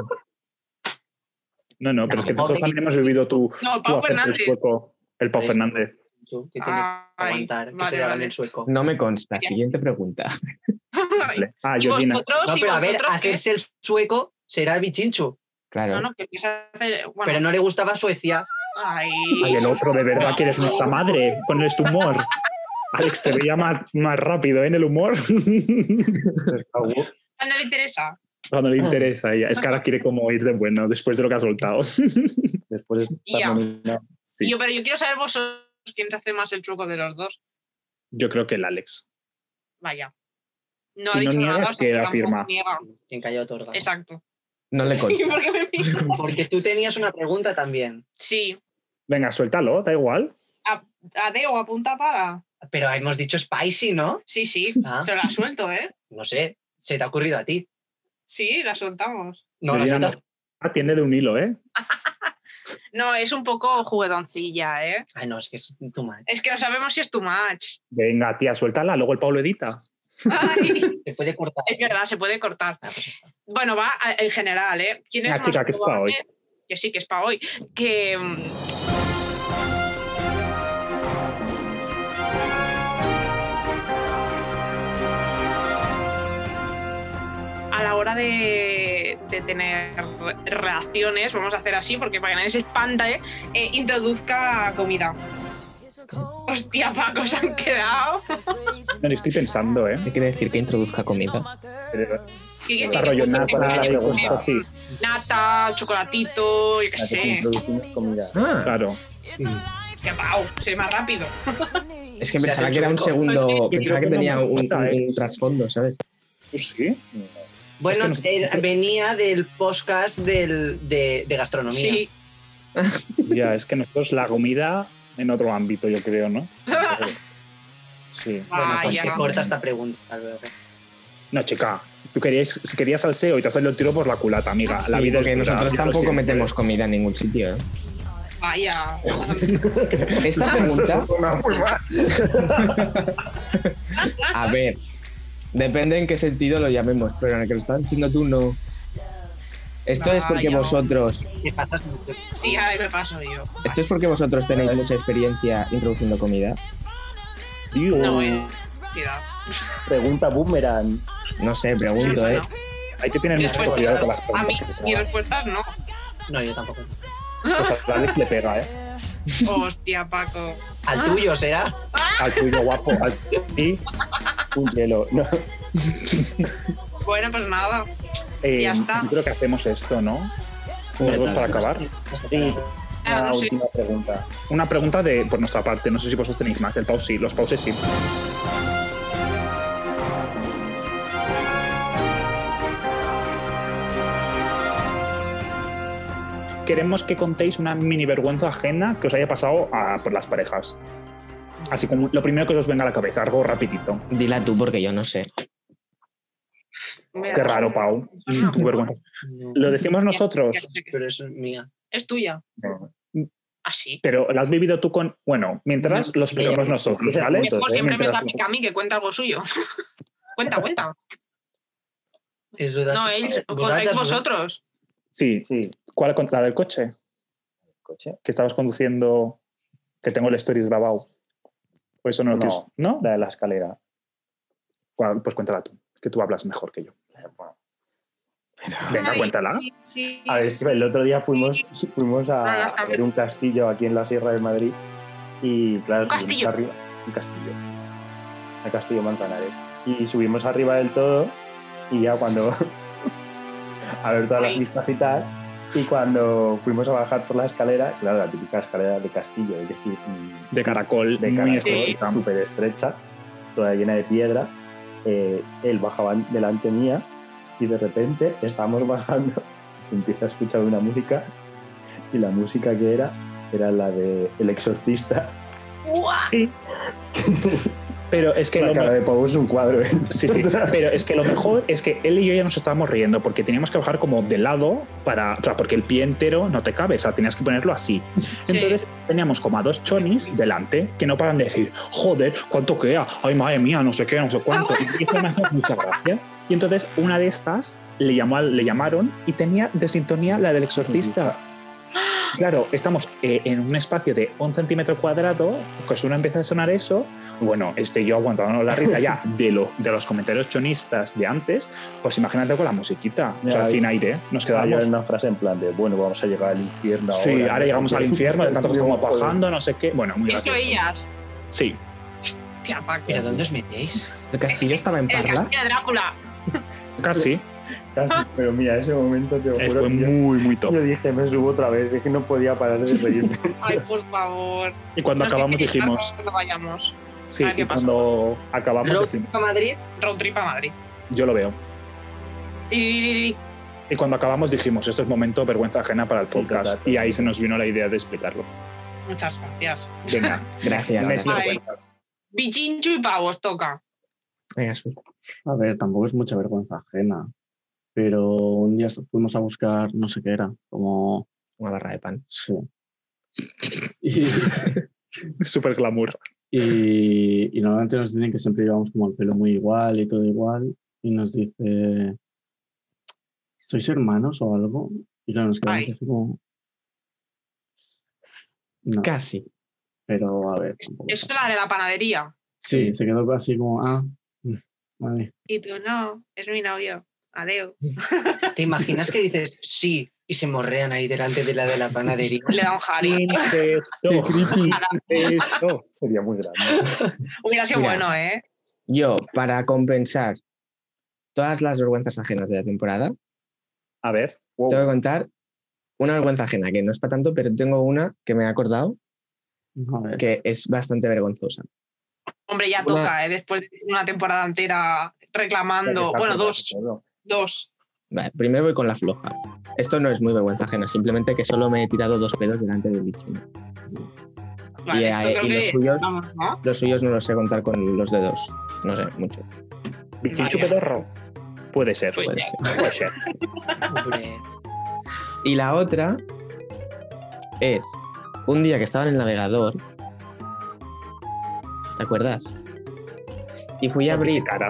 [SPEAKER 6] no, no, pero es que
[SPEAKER 2] No,
[SPEAKER 6] nosotros
[SPEAKER 2] no.
[SPEAKER 6] también hemos vivido tu,
[SPEAKER 1] No,
[SPEAKER 6] tu
[SPEAKER 1] Pau
[SPEAKER 6] hacerte el
[SPEAKER 1] Fernández.
[SPEAKER 6] sueco, el Pau
[SPEAKER 2] Sí.
[SPEAKER 6] Fernández.
[SPEAKER 2] Tú, que tiene que
[SPEAKER 1] Ay,
[SPEAKER 2] aguantar, que se
[SPEAKER 1] vale,
[SPEAKER 2] le hagan
[SPEAKER 1] vale.
[SPEAKER 2] el sueco.
[SPEAKER 5] No me consta. Siguiente pregunta.
[SPEAKER 6] Vale. Ah,
[SPEAKER 1] Y
[SPEAKER 6] Georgina,
[SPEAKER 1] vosotros,
[SPEAKER 2] No,
[SPEAKER 1] y
[SPEAKER 2] pero a ver,
[SPEAKER 1] vosotros, ¿qué?
[SPEAKER 2] hacerse el sueco será el bichincho.
[SPEAKER 5] Claro.
[SPEAKER 1] No, no, que empieza a hacer. Bueno,
[SPEAKER 2] Pero no le gustaba Suecia.
[SPEAKER 1] ay,
[SPEAKER 6] Ay, el otro de verdad Ah, que eres nuestra madre con este humor. Alex, te veía más, más rápido ¿eh? en el humor
[SPEAKER 1] Ah, no le interesa.
[SPEAKER 6] cuando le interesa. a Ella. Es que ahora quiere como ir de bueno después de lo que ha soltado.
[SPEAKER 7] Después está
[SPEAKER 1] Ya.
[SPEAKER 7] nominado.
[SPEAKER 6] Sí.
[SPEAKER 1] Y Yo, pero yo quiero saber vosotros quién se hace más el truco de los dos.
[SPEAKER 6] Yo creo que el Alex.
[SPEAKER 1] Vaya. No ha
[SPEAKER 6] Si no
[SPEAKER 1] dicho
[SPEAKER 6] niegas,
[SPEAKER 1] nada, o sea,
[SPEAKER 6] que
[SPEAKER 1] tampoco
[SPEAKER 6] afirma.
[SPEAKER 1] niega.
[SPEAKER 2] Quien cayó otorga.
[SPEAKER 1] Exacto.
[SPEAKER 5] No le
[SPEAKER 1] ¿Y
[SPEAKER 5] consta.
[SPEAKER 1] por qué me miras?
[SPEAKER 2] Porque tú tenías una pregunta también.
[SPEAKER 1] Sí.
[SPEAKER 6] Venga, suéltalo, da igual.
[SPEAKER 1] Adeo, apunta para.
[SPEAKER 2] Pero hemos dicho spicy, ¿no?
[SPEAKER 1] Sí, sí.
[SPEAKER 2] Ah.
[SPEAKER 1] Se la suelto, ¿eh?
[SPEAKER 2] No sé, se te ha ocurrido a ti.
[SPEAKER 1] Sí, la soltamos.
[SPEAKER 2] No, la
[SPEAKER 6] Georgina
[SPEAKER 2] sueltas-
[SPEAKER 6] no Atiende de un hilo, ¿eh?
[SPEAKER 1] No, es un poco juguetoncilla, ¿eh?
[SPEAKER 2] Ay, Ah, no, es que es tu madre.
[SPEAKER 1] Es que no sabemos si es too much.
[SPEAKER 6] Venga, tía, suéltala, luego el Pablo edita.
[SPEAKER 1] Ay,
[SPEAKER 2] Se puede cortar.
[SPEAKER 1] es verdad, se puede cortar.
[SPEAKER 2] Ah, pues está.
[SPEAKER 1] Bueno, va a- en general, ¿eh? ¿Quién es
[SPEAKER 6] Venga,
[SPEAKER 1] más
[SPEAKER 6] chica, que es pa'
[SPEAKER 1] probable? Que sí, que es para hoy. Que. mm, A la hora de, de tener re- relaciones, vamos a hacer así porque para que nadie se espanta, ¿eh? Eh, introduzca comida. Hostia, Paco, se han quedado.
[SPEAKER 6] No lo estoy pensando, ¿eh?
[SPEAKER 5] ¿Qué quiere decir que introduzca comida?
[SPEAKER 6] Pero
[SPEAKER 1] Sí, que sí, que
[SPEAKER 6] Desarrollo
[SPEAKER 1] introduzca
[SPEAKER 6] nata,
[SPEAKER 1] comida.
[SPEAKER 6] pregunta, sí.
[SPEAKER 1] Nata, chocolatito, yo qué
[SPEAKER 7] Así
[SPEAKER 1] sé.
[SPEAKER 7] introducimos comida.
[SPEAKER 6] Claro.
[SPEAKER 1] Que pau, soy más rápido.
[SPEAKER 5] Es que
[SPEAKER 2] Se
[SPEAKER 5] pensaba
[SPEAKER 2] hace
[SPEAKER 5] que era un
[SPEAKER 2] sueco.
[SPEAKER 5] segundo.
[SPEAKER 6] Yo
[SPEAKER 5] Pensaba que
[SPEAKER 6] creo que
[SPEAKER 5] tenía
[SPEAKER 6] no me
[SPEAKER 5] un,
[SPEAKER 6] importa,
[SPEAKER 5] un-
[SPEAKER 6] ¿eh?
[SPEAKER 5] un trasfondo, ¿sabes?
[SPEAKER 6] Sí.
[SPEAKER 2] Bueno,
[SPEAKER 6] Es que
[SPEAKER 2] eh, venía del podcast del, de, de gastronomía.
[SPEAKER 1] Sí.
[SPEAKER 6] Ya, es que nosotros la comida en otro ámbito, yo creo, ¿no? Sí.
[SPEAKER 2] Bueno,
[SPEAKER 1] Vaya.
[SPEAKER 2] pues se corta esta pregunta. luego.
[SPEAKER 6] No, chica, tú querías, querías salseo y te has salido el tiro por la culata, amiga. La
[SPEAKER 5] Sí,
[SPEAKER 6] vida es
[SPEAKER 5] porque
[SPEAKER 6] dura,
[SPEAKER 5] nosotros
[SPEAKER 6] ya lo
[SPEAKER 5] tampoco
[SPEAKER 6] siento.
[SPEAKER 5] metemos comida en ningún sitio. ¿eh?
[SPEAKER 1] Vaya.
[SPEAKER 5] Esta pregunta. A ver, depende en qué sentido lo llamemos, pero en el que lo estás haciendo tú no. Esto es porque
[SPEAKER 1] Vaya.
[SPEAKER 5] vosotros,
[SPEAKER 2] ¿Qué pasa? mucho?
[SPEAKER 1] Tía, ahí me paso yo.
[SPEAKER 5] esto es porque vosotros tenéis mucha experiencia introduciendo comida.
[SPEAKER 6] Digo,
[SPEAKER 1] No, eh. Cuidado.
[SPEAKER 7] Pregunta boomerang.
[SPEAKER 5] No sé, pregunto,
[SPEAKER 1] No,
[SPEAKER 5] ¿eh?
[SPEAKER 1] no.
[SPEAKER 6] hay que tener
[SPEAKER 1] Sí,
[SPEAKER 6] mucho
[SPEAKER 1] pues,
[SPEAKER 6] cuidado con las
[SPEAKER 1] A mí,
[SPEAKER 6] preguntas que se
[SPEAKER 1] mis
[SPEAKER 6] hagan.
[SPEAKER 1] respuestas no.
[SPEAKER 2] No, yo tampoco.
[SPEAKER 6] Pues a Alex le pega, ¿eh?
[SPEAKER 1] Hostia, Paco.
[SPEAKER 2] Al tuyo será.
[SPEAKER 6] Al tuyo guapo, al tuyo. Y,
[SPEAKER 7] Un hielo. No.
[SPEAKER 1] Bueno, pues nada.
[SPEAKER 6] eh,
[SPEAKER 1] Ya está.
[SPEAKER 6] Yo creo que hacemos esto, ¿no? Unos
[SPEAKER 5] Ya
[SPEAKER 6] dos
[SPEAKER 5] está.
[SPEAKER 6] para acabar.
[SPEAKER 7] Sí,
[SPEAKER 1] Ah,
[SPEAKER 7] una
[SPEAKER 1] no sé.
[SPEAKER 7] última pregunta.
[SPEAKER 6] Una pregunta de por nuestra parte, no sé si vosotros tenéis más. El pause sí, los pauses sí. Queremos que contéis una mini vergüenza ajena que os haya pasado a- por las parejas. Así como lo primero que os venga a la cabeza, algo rapidito.
[SPEAKER 5] Dila tú porque yo no sé.
[SPEAKER 1] Mira,
[SPEAKER 6] Qué
[SPEAKER 1] pues,
[SPEAKER 6] raro, Pau.
[SPEAKER 1] No.
[SPEAKER 6] Tu vergüenza.
[SPEAKER 2] No,
[SPEAKER 6] Lo decimos
[SPEAKER 1] ya
[SPEAKER 6] nosotros,
[SPEAKER 1] sé que
[SPEAKER 2] pero eso es mía.
[SPEAKER 1] Es tuya. Ah,
[SPEAKER 6] No.
[SPEAKER 1] Así.
[SPEAKER 6] pero lo has vivido tú con... Bueno, mientras lo explicamos nosotros, ¿vale?
[SPEAKER 1] Es porque siempre me
[SPEAKER 6] Mientras-
[SPEAKER 1] salpica a mí que cuenta algo suyo. cuenta, cuenta.
[SPEAKER 2] Eso da-
[SPEAKER 1] No, él,
[SPEAKER 2] Pues
[SPEAKER 1] contáis
[SPEAKER 2] nada,
[SPEAKER 1] vosotros.
[SPEAKER 6] Sí,
[SPEAKER 7] Sí,
[SPEAKER 6] ¿cuál contra la del coche?
[SPEAKER 7] coche.
[SPEAKER 6] que estabas conduciendo que tengo el stories grabado. Por eso no lo
[SPEAKER 7] No.
[SPEAKER 6] quieres. ¿No?
[SPEAKER 7] La de la escalera.
[SPEAKER 6] Cu- Pues cuéntala tú, que tú hablas mejor que yo. Venga,
[SPEAKER 1] Ay,
[SPEAKER 6] cuéntala.
[SPEAKER 1] sí, sí.
[SPEAKER 7] A ver, es que el otro día fuimos, fuimos a,
[SPEAKER 1] Ah,
[SPEAKER 7] a ver un castillo aquí en la Sierra de Madrid y claro,
[SPEAKER 1] ¿Un
[SPEAKER 7] subimos
[SPEAKER 1] castillo?
[SPEAKER 7] arriba- un castillo. El castillo Manzanares. Y subimos arriba del todo y ya cuando a ver todas las
[SPEAKER 1] Ay.
[SPEAKER 7] vistas y tal. Y cuando fuimos a bajar por la escalera, claro, la típica escalera de castillo, es decir, mm,
[SPEAKER 6] De caracol,
[SPEAKER 7] de
[SPEAKER 6] muy
[SPEAKER 7] cara
[SPEAKER 6] estrecha.
[SPEAKER 7] súper estrecha, toda llena de piedra. Eh, él bajaba delante mía y de repente estábamos bajando y empieza a escuchar una música y la música que era era la de El Exorcista.
[SPEAKER 1] ¡Guau!
[SPEAKER 6] Pero es que
[SPEAKER 7] la
[SPEAKER 6] lo
[SPEAKER 7] cara de Pau es un cuadro. ¿eh?
[SPEAKER 6] Sí, sí. Pero es que lo mejor es que él y yo ya nos estábamos riendo porque teníamos que bajar como de lado para. O sea, porque el pie entero no te cabe, o sea, tenías que ponerlo así. Entonces teníamos como a dos chonis delante que no paran de decir, joder, ¿cuánto queda? Ay, madre mía, no sé qué, no sé cuánto. Y eso me hace mucha gracia. Y entonces una de estas le, llamó, al- le llamaron y tenía de sintonía la del exorcista. Claro, estamos eh, en un espacio de un centímetro cuadrado, pues uno empieza a sonar eso. Bueno, este yo aguantando la risa ya de, lo, de los comentarios chonistas de antes, pues imagínate con la musiquita, o sea,
[SPEAKER 7] Ya,
[SPEAKER 6] sin aire, ¿eh? nos
[SPEAKER 7] Estaba yo
[SPEAKER 6] quedábamos.
[SPEAKER 7] en una frase en plan de, bueno, vamos a llegar al infierno.
[SPEAKER 6] Sí, ahora
[SPEAKER 7] no
[SPEAKER 6] llegamos
[SPEAKER 7] sé
[SPEAKER 6] al
[SPEAKER 7] qué.
[SPEAKER 6] infierno, de tanto que estamos
[SPEAKER 7] Joder.
[SPEAKER 6] bajando, no sé qué. Bueno, muy
[SPEAKER 1] Eso
[SPEAKER 6] gracioso.
[SPEAKER 1] veías.
[SPEAKER 6] Sí,
[SPEAKER 1] Hostia, Paco.
[SPEAKER 2] ¿Pero dónde os metéis?
[SPEAKER 5] El castillo estaba en
[SPEAKER 1] El
[SPEAKER 5] Parla.
[SPEAKER 1] castillo de Drácula.
[SPEAKER 6] casi.
[SPEAKER 7] Casi, Pero mira, ese momento te lo
[SPEAKER 6] Eh,
[SPEAKER 7] juro.
[SPEAKER 6] Fue
[SPEAKER 7] que yo-
[SPEAKER 6] muy, muy top.
[SPEAKER 7] Yo dije, me subo otra vez, dije, no podía parar de reírme.
[SPEAKER 1] Ay, por favor.
[SPEAKER 6] Y cuando
[SPEAKER 1] Nos
[SPEAKER 6] acabamos
[SPEAKER 1] tiene que
[SPEAKER 6] dijimos,
[SPEAKER 1] llevar Cuando vayamos.
[SPEAKER 6] sí,
[SPEAKER 1] Ah, ¿qué
[SPEAKER 6] y
[SPEAKER 1] pasó?
[SPEAKER 6] cuando acabamos
[SPEAKER 2] ¿Road
[SPEAKER 6] dijimos,
[SPEAKER 2] trip a Madrid?
[SPEAKER 1] Road trip a Madrid.
[SPEAKER 6] yo lo veo.
[SPEAKER 1] Y, y- y-
[SPEAKER 6] Y cuando acabamos dijimos, esto es momento vergüenza ajena para el
[SPEAKER 7] Sí,
[SPEAKER 6] podcast.
[SPEAKER 7] total, total.
[SPEAKER 6] Y ahí se nos vino la idea de explicarlo.
[SPEAKER 1] y- muchas gracias.
[SPEAKER 6] Venga,
[SPEAKER 5] Gracias.
[SPEAKER 6] mes
[SPEAKER 1] Ay.
[SPEAKER 6] vergüenzas.
[SPEAKER 1] Bichinchu y pavos toca.
[SPEAKER 5] Venga, sí.
[SPEAKER 8] A ver, tampoco es mucha vergüenza ajena. Pero un día fuimos a buscar, no sé qué era, como.
[SPEAKER 5] Una barra de pan.
[SPEAKER 8] Sí. Y,
[SPEAKER 6] Súper glamour.
[SPEAKER 8] y- y normalmente nos dicen que siempre llevamos como el pelo muy igual y todo igual. Y nos dice. ¿Sois hermanos o algo? Y claro, nos quedamos
[SPEAKER 1] Ay.
[SPEAKER 8] así como. No,
[SPEAKER 5] Casi.
[SPEAKER 8] pero a ver. tampoco.
[SPEAKER 1] Eso es la de la panadería.
[SPEAKER 8] Sí, se quedó así como, ah, mm, vale.
[SPEAKER 1] Y tú, no, es mi novio. Adeo.
[SPEAKER 2] ¿Te imaginas que dices sí y se morrean ahí delante de la de la panadería?
[SPEAKER 1] Le da un jari.
[SPEAKER 6] Esto, esto.
[SPEAKER 7] Sería muy grande.
[SPEAKER 1] Hubiera sido
[SPEAKER 5] Mira.
[SPEAKER 1] bueno, ¿eh?
[SPEAKER 5] Yo, para compensar todas las vergüenzas ajenas de la temporada,
[SPEAKER 6] A ver, wow.
[SPEAKER 5] tengo que contar una vergüenza ajena, que no es para tanto, pero tengo una que me he acordado
[SPEAKER 8] A ver.
[SPEAKER 5] que es bastante vergonzosa.
[SPEAKER 1] Hombre, ya
[SPEAKER 5] Una-
[SPEAKER 1] toca, ¿eh? Después de una temporada entera reclamando. Bueno, dos. Dos.
[SPEAKER 5] Vale, primero voy con la floja. Esto no es muy vergüenza ajena, simplemente que solo me he tirado dos pedos delante de mi chino.
[SPEAKER 1] Vale,
[SPEAKER 5] Y,
[SPEAKER 1] esto
[SPEAKER 5] eh,
[SPEAKER 1] creo
[SPEAKER 5] y los
[SPEAKER 1] que.
[SPEAKER 5] suyos-
[SPEAKER 1] Vamos, ¿no?
[SPEAKER 5] Los suyos no los sé contar con los dedos. No sé, mucho.
[SPEAKER 6] Bichichu
[SPEAKER 1] Vale.
[SPEAKER 6] pedorro. Puede ser,
[SPEAKER 1] Pues
[SPEAKER 6] puede
[SPEAKER 1] ya.
[SPEAKER 6] ser, puede ser.
[SPEAKER 2] Hombre,
[SPEAKER 5] Y la otra es un día que estaba en el navegador. ¿Te acuerdas? Y fui a abrir.
[SPEAKER 6] Cara.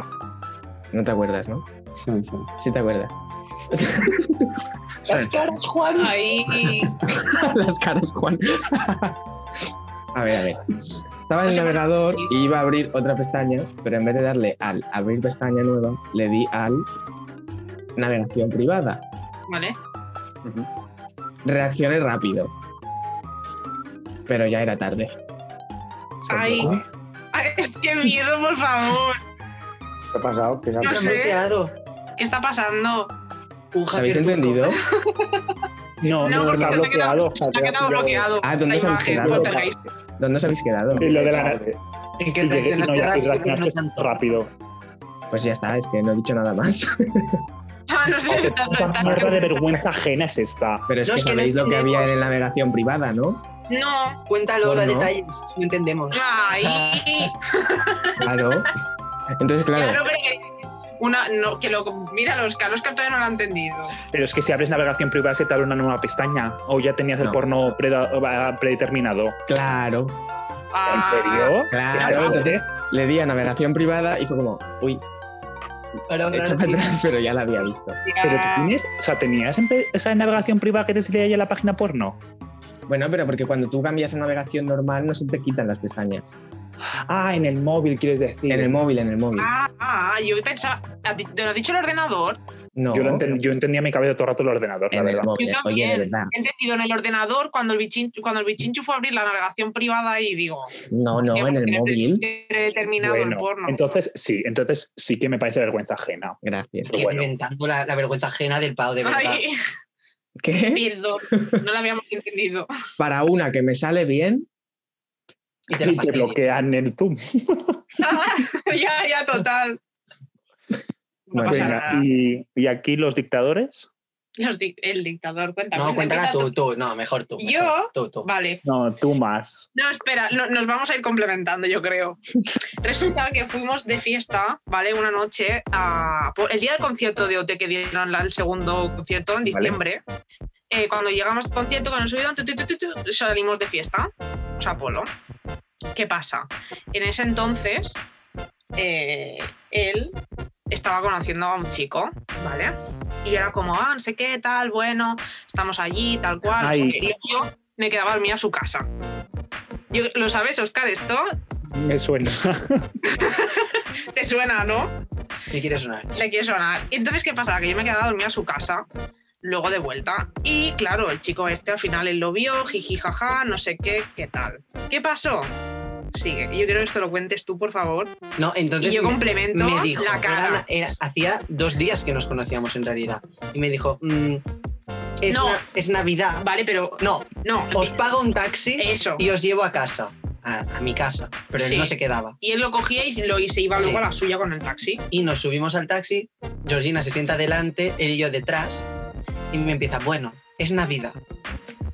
[SPEAKER 5] No te acuerdas, ¿no?
[SPEAKER 8] Sí, sí.
[SPEAKER 5] Sí te acuerdas.
[SPEAKER 6] Las
[SPEAKER 1] caras, Juan. Ahí.
[SPEAKER 5] Las caras, Juan. a ver, a ver. Estaba en el navegador y iba a abrir otra pestaña, pero en vez de darle al abrir pestaña nueva, le di al navegación privada.
[SPEAKER 1] Vale.
[SPEAKER 5] Reaccioné rápido. Pero ya era tarde.
[SPEAKER 1] Ay. Ay, qué miedo, por favor.
[SPEAKER 7] ¿Qué ha pasado? ¿Qué ha
[SPEAKER 1] No
[SPEAKER 2] se han
[SPEAKER 1] sé.
[SPEAKER 2] bloqueado.
[SPEAKER 1] ¿Qué está pasando?
[SPEAKER 2] Un Javier
[SPEAKER 5] ¿Habéis
[SPEAKER 2] Turco.
[SPEAKER 5] entendido?
[SPEAKER 1] No,
[SPEAKER 6] No, no,
[SPEAKER 1] porque
[SPEAKER 6] está
[SPEAKER 1] se ha
[SPEAKER 6] bloqueado.
[SPEAKER 1] quedado,
[SPEAKER 7] Javier,
[SPEAKER 1] se ha quedado
[SPEAKER 7] pero-
[SPEAKER 1] bloqueado.
[SPEAKER 5] Ah, ¿dónde
[SPEAKER 1] La
[SPEAKER 5] se han
[SPEAKER 1] imagen,
[SPEAKER 5] quedado?
[SPEAKER 1] Poltergeist.
[SPEAKER 5] ¿Dónde os habéis quedado?
[SPEAKER 6] Y lo de la
[SPEAKER 7] Madre.
[SPEAKER 2] ¿En qué
[SPEAKER 6] Y llegué- y
[SPEAKER 2] reaccionaste?
[SPEAKER 6] no, ya, y
[SPEAKER 2] Rápido,
[SPEAKER 6] reaccionaste
[SPEAKER 2] no tanto.
[SPEAKER 6] rápido.
[SPEAKER 5] Pues ya está, es que no he dicho nada más.
[SPEAKER 1] Ah, no sé si está
[SPEAKER 6] ¿Cuánta mierda de vergüenza ajena es esta?
[SPEAKER 5] Pero es
[SPEAKER 2] No,
[SPEAKER 5] que
[SPEAKER 2] es que no
[SPEAKER 5] sabéis lo que había
[SPEAKER 2] entendemos.
[SPEAKER 5] en la navegación privada, ¿no?
[SPEAKER 1] No.
[SPEAKER 2] Cuéntalo
[SPEAKER 5] No,
[SPEAKER 2] a
[SPEAKER 5] no.
[SPEAKER 2] detalles, no entendemos. Ah,
[SPEAKER 1] Ahí.
[SPEAKER 5] Claro. Entonces,
[SPEAKER 1] Claro,
[SPEAKER 5] claro,
[SPEAKER 1] pero que una, no, que lo, mira, los Carlos que todavía no lo ha entendido.
[SPEAKER 6] Pero es que si abres navegación privada se te abre una nueva pestaña. O ya tenías el
[SPEAKER 5] No.
[SPEAKER 6] porno preda- predeterminado.
[SPEAKER 5] claro,
[SPEAKER 1] Ah,
[SPEAKER 6] ¿En serio?
[SPEAKER 5] claro. Entonces le di a navegación privada y fue como, uy,
[SPEAKER 2] Ahora
[SPEAKER 5] he
[SPEAKER 2] ahora
[SPEAKER 5] hecho para
[SPEAKER 2] sí.
[SPEAKER 5] atrás, pero ya la había visto.
[SPEAKER 1] hostia.
[SPEAKER 6] Pero tú tienes, o sea, tenías en pre- esa navegación privada que te salía ya la página porno.
[SPEAKER 5] Bueno, pero porque cuando tú cambias a navegación normal no se te quitan las pestañas.
[SPEAKER 6] Ah, en el móvil quieres decir.
[SPEAKER 5] En el móvil, en el móvil.
[SPEAKER 1] Ah, ah, yo pensaba. ¿a ti- ¿Te lo ha dicho el ordenador?
[SPEAKER 5] No.
[SPEAKER 6] Yo, lo enten- yo entendía en mi cabeza todo el rato el ordenador, la
[SPEAKER 5] en el
[SPEAKER 6] verdad.
[SPEAKER 5] móvil.
[SPEAKER 1] Yo
[SPEAKER 5] Oye, de
[SPEAKER 1] también.
[SPEAKER 5] verdad.
[SPEAKER 1] He entendido en el ordenador cuando el, bichinchu, cuando el bichinchu fue a abrir la navegación privada y digo.
[SPEAKER 5] No, no, en el móvil.
[SPEAKER 1] Determinado el
[SPEAKER 6] Bueno,
[SPEAKER 1] porno.
[SPEAKER 6] entonces sí, entonces sí que me parece vergüenza ajena.
[SPEAKER 5] Gracias.
[SPEAKER 6] Pero bueno,
[SPEAKER 2] Inventando la, la vergüenza ajena del pavo, de verdad.
[SPEAKER 1] Ay,
[SPEAKER 5] ¿Qué?
[SPEAKER 1] perdón, no lo habíamos entendido.
[SPEAKER 5] Para una que me sale bien,
[SPEAKER 2] Y te la
[SPEAKER 6] y te
[SPEAKER 2] fastidio.
[SPEAKER 6] bloquean el Zoom.
[SPEAKER 1] ya, ya, total. No
[SPEAKER 5] Bueno,
[SPEAKER 1] pasa
[SPEAKER 5] venga,
[SPEAKER 1] nada.
[SPEAKER 6] Y, y aquí los dictadores.
[SPEAKER 1] Los dic- el dictador, cuéntame.
[SPEAKER 2] No, cuéntala
[SPEAKER 1] cuenta
[SPEAKER 2] tú, tú. No, mejor tú.
[SPEAKER 1] Yo-
[SPEAKER 2] mejor, Tú, tú.
[SPEAKER 1] Vale.
[SPEAKER 6] No, tú más.
[SPEAKER 1] No, espera, no- nos vamos a ir complementando, yo creo. Resulta que fuimos de fiesta, ¿vale? Una noche, a, por- el día del concierto de OT que dieron la- el segundo concierto en diciembre. eh, cuando llegamos al concierto con el subidón, tu, tu, tu, tu, tu, salimos de fiesta, o sea, Polo. ¿Qué pasa? En ese entonces, eh, él estaba conociendo a un chico, ¿vale? Y yo era como, ah, no sé qué, tal, bueno, estamos allí, tal cual.
[SPEAKER 6] Ay.
[SPEAKER 1] Y yo me quedaba a dormir a su casa. Yo- ¿Lo sabes, Oscar, esto?
[SPEAKER 6] Me suena.
[SPEAKER 1] Te suena, ¿no?
[SPEAKER 2] ¿Qué quieres sonar?
[SPEAKER 1] le quiere sonar. Y entonces, ¿qué pasa? Que yo me quedaba a dormir a su casa, luego de vuelta. Y claro, el chico este al final él lo vio, jiji, jaja, no sé qué, qué tal. ¿Qué pasó? Sigue, yo quiero que esto lo cuentes tú, por favor.
[SPEAKER 2] No, entonces.
[SPEAKER 1] y yo
[SPEAKER 2] me-
[SPEAKER 1] complemento
[SPEAKER 2] me dijo,
[SPEAKER 1] la cara.
[SPEAKER 2] era- era- hacía dos días que nos conocíamos en realidad. Y me dijo, mm, es,
[SPEAKER 1] No.
[SPEAKER 2] na- es Navidad.
[SPEAKER 1] Vale, pero
[SPEAKER 2] No,
[SPEAKER 1] no,
[SPEAKER 2] os pago un taxi
[SPEAKER 1] eso.
[SPEAKER 2] y os llevo a casa, a, a mi casa. Pero
[SPEAKER 1] Eh. Sí.
[SPEAKER 2] él no se quedaba.
[SPEAKER 1] Y él lo cogía y, lo, y se iba luego
[SPEAKER 2] Sí.
[SPEAKER 1] a la suya con el taxi.
[SPEAKER 2] Y nos subimos al taxi, Georgina se sienta delante, él y yo detrás, y me empieza, bueno, es Navidad.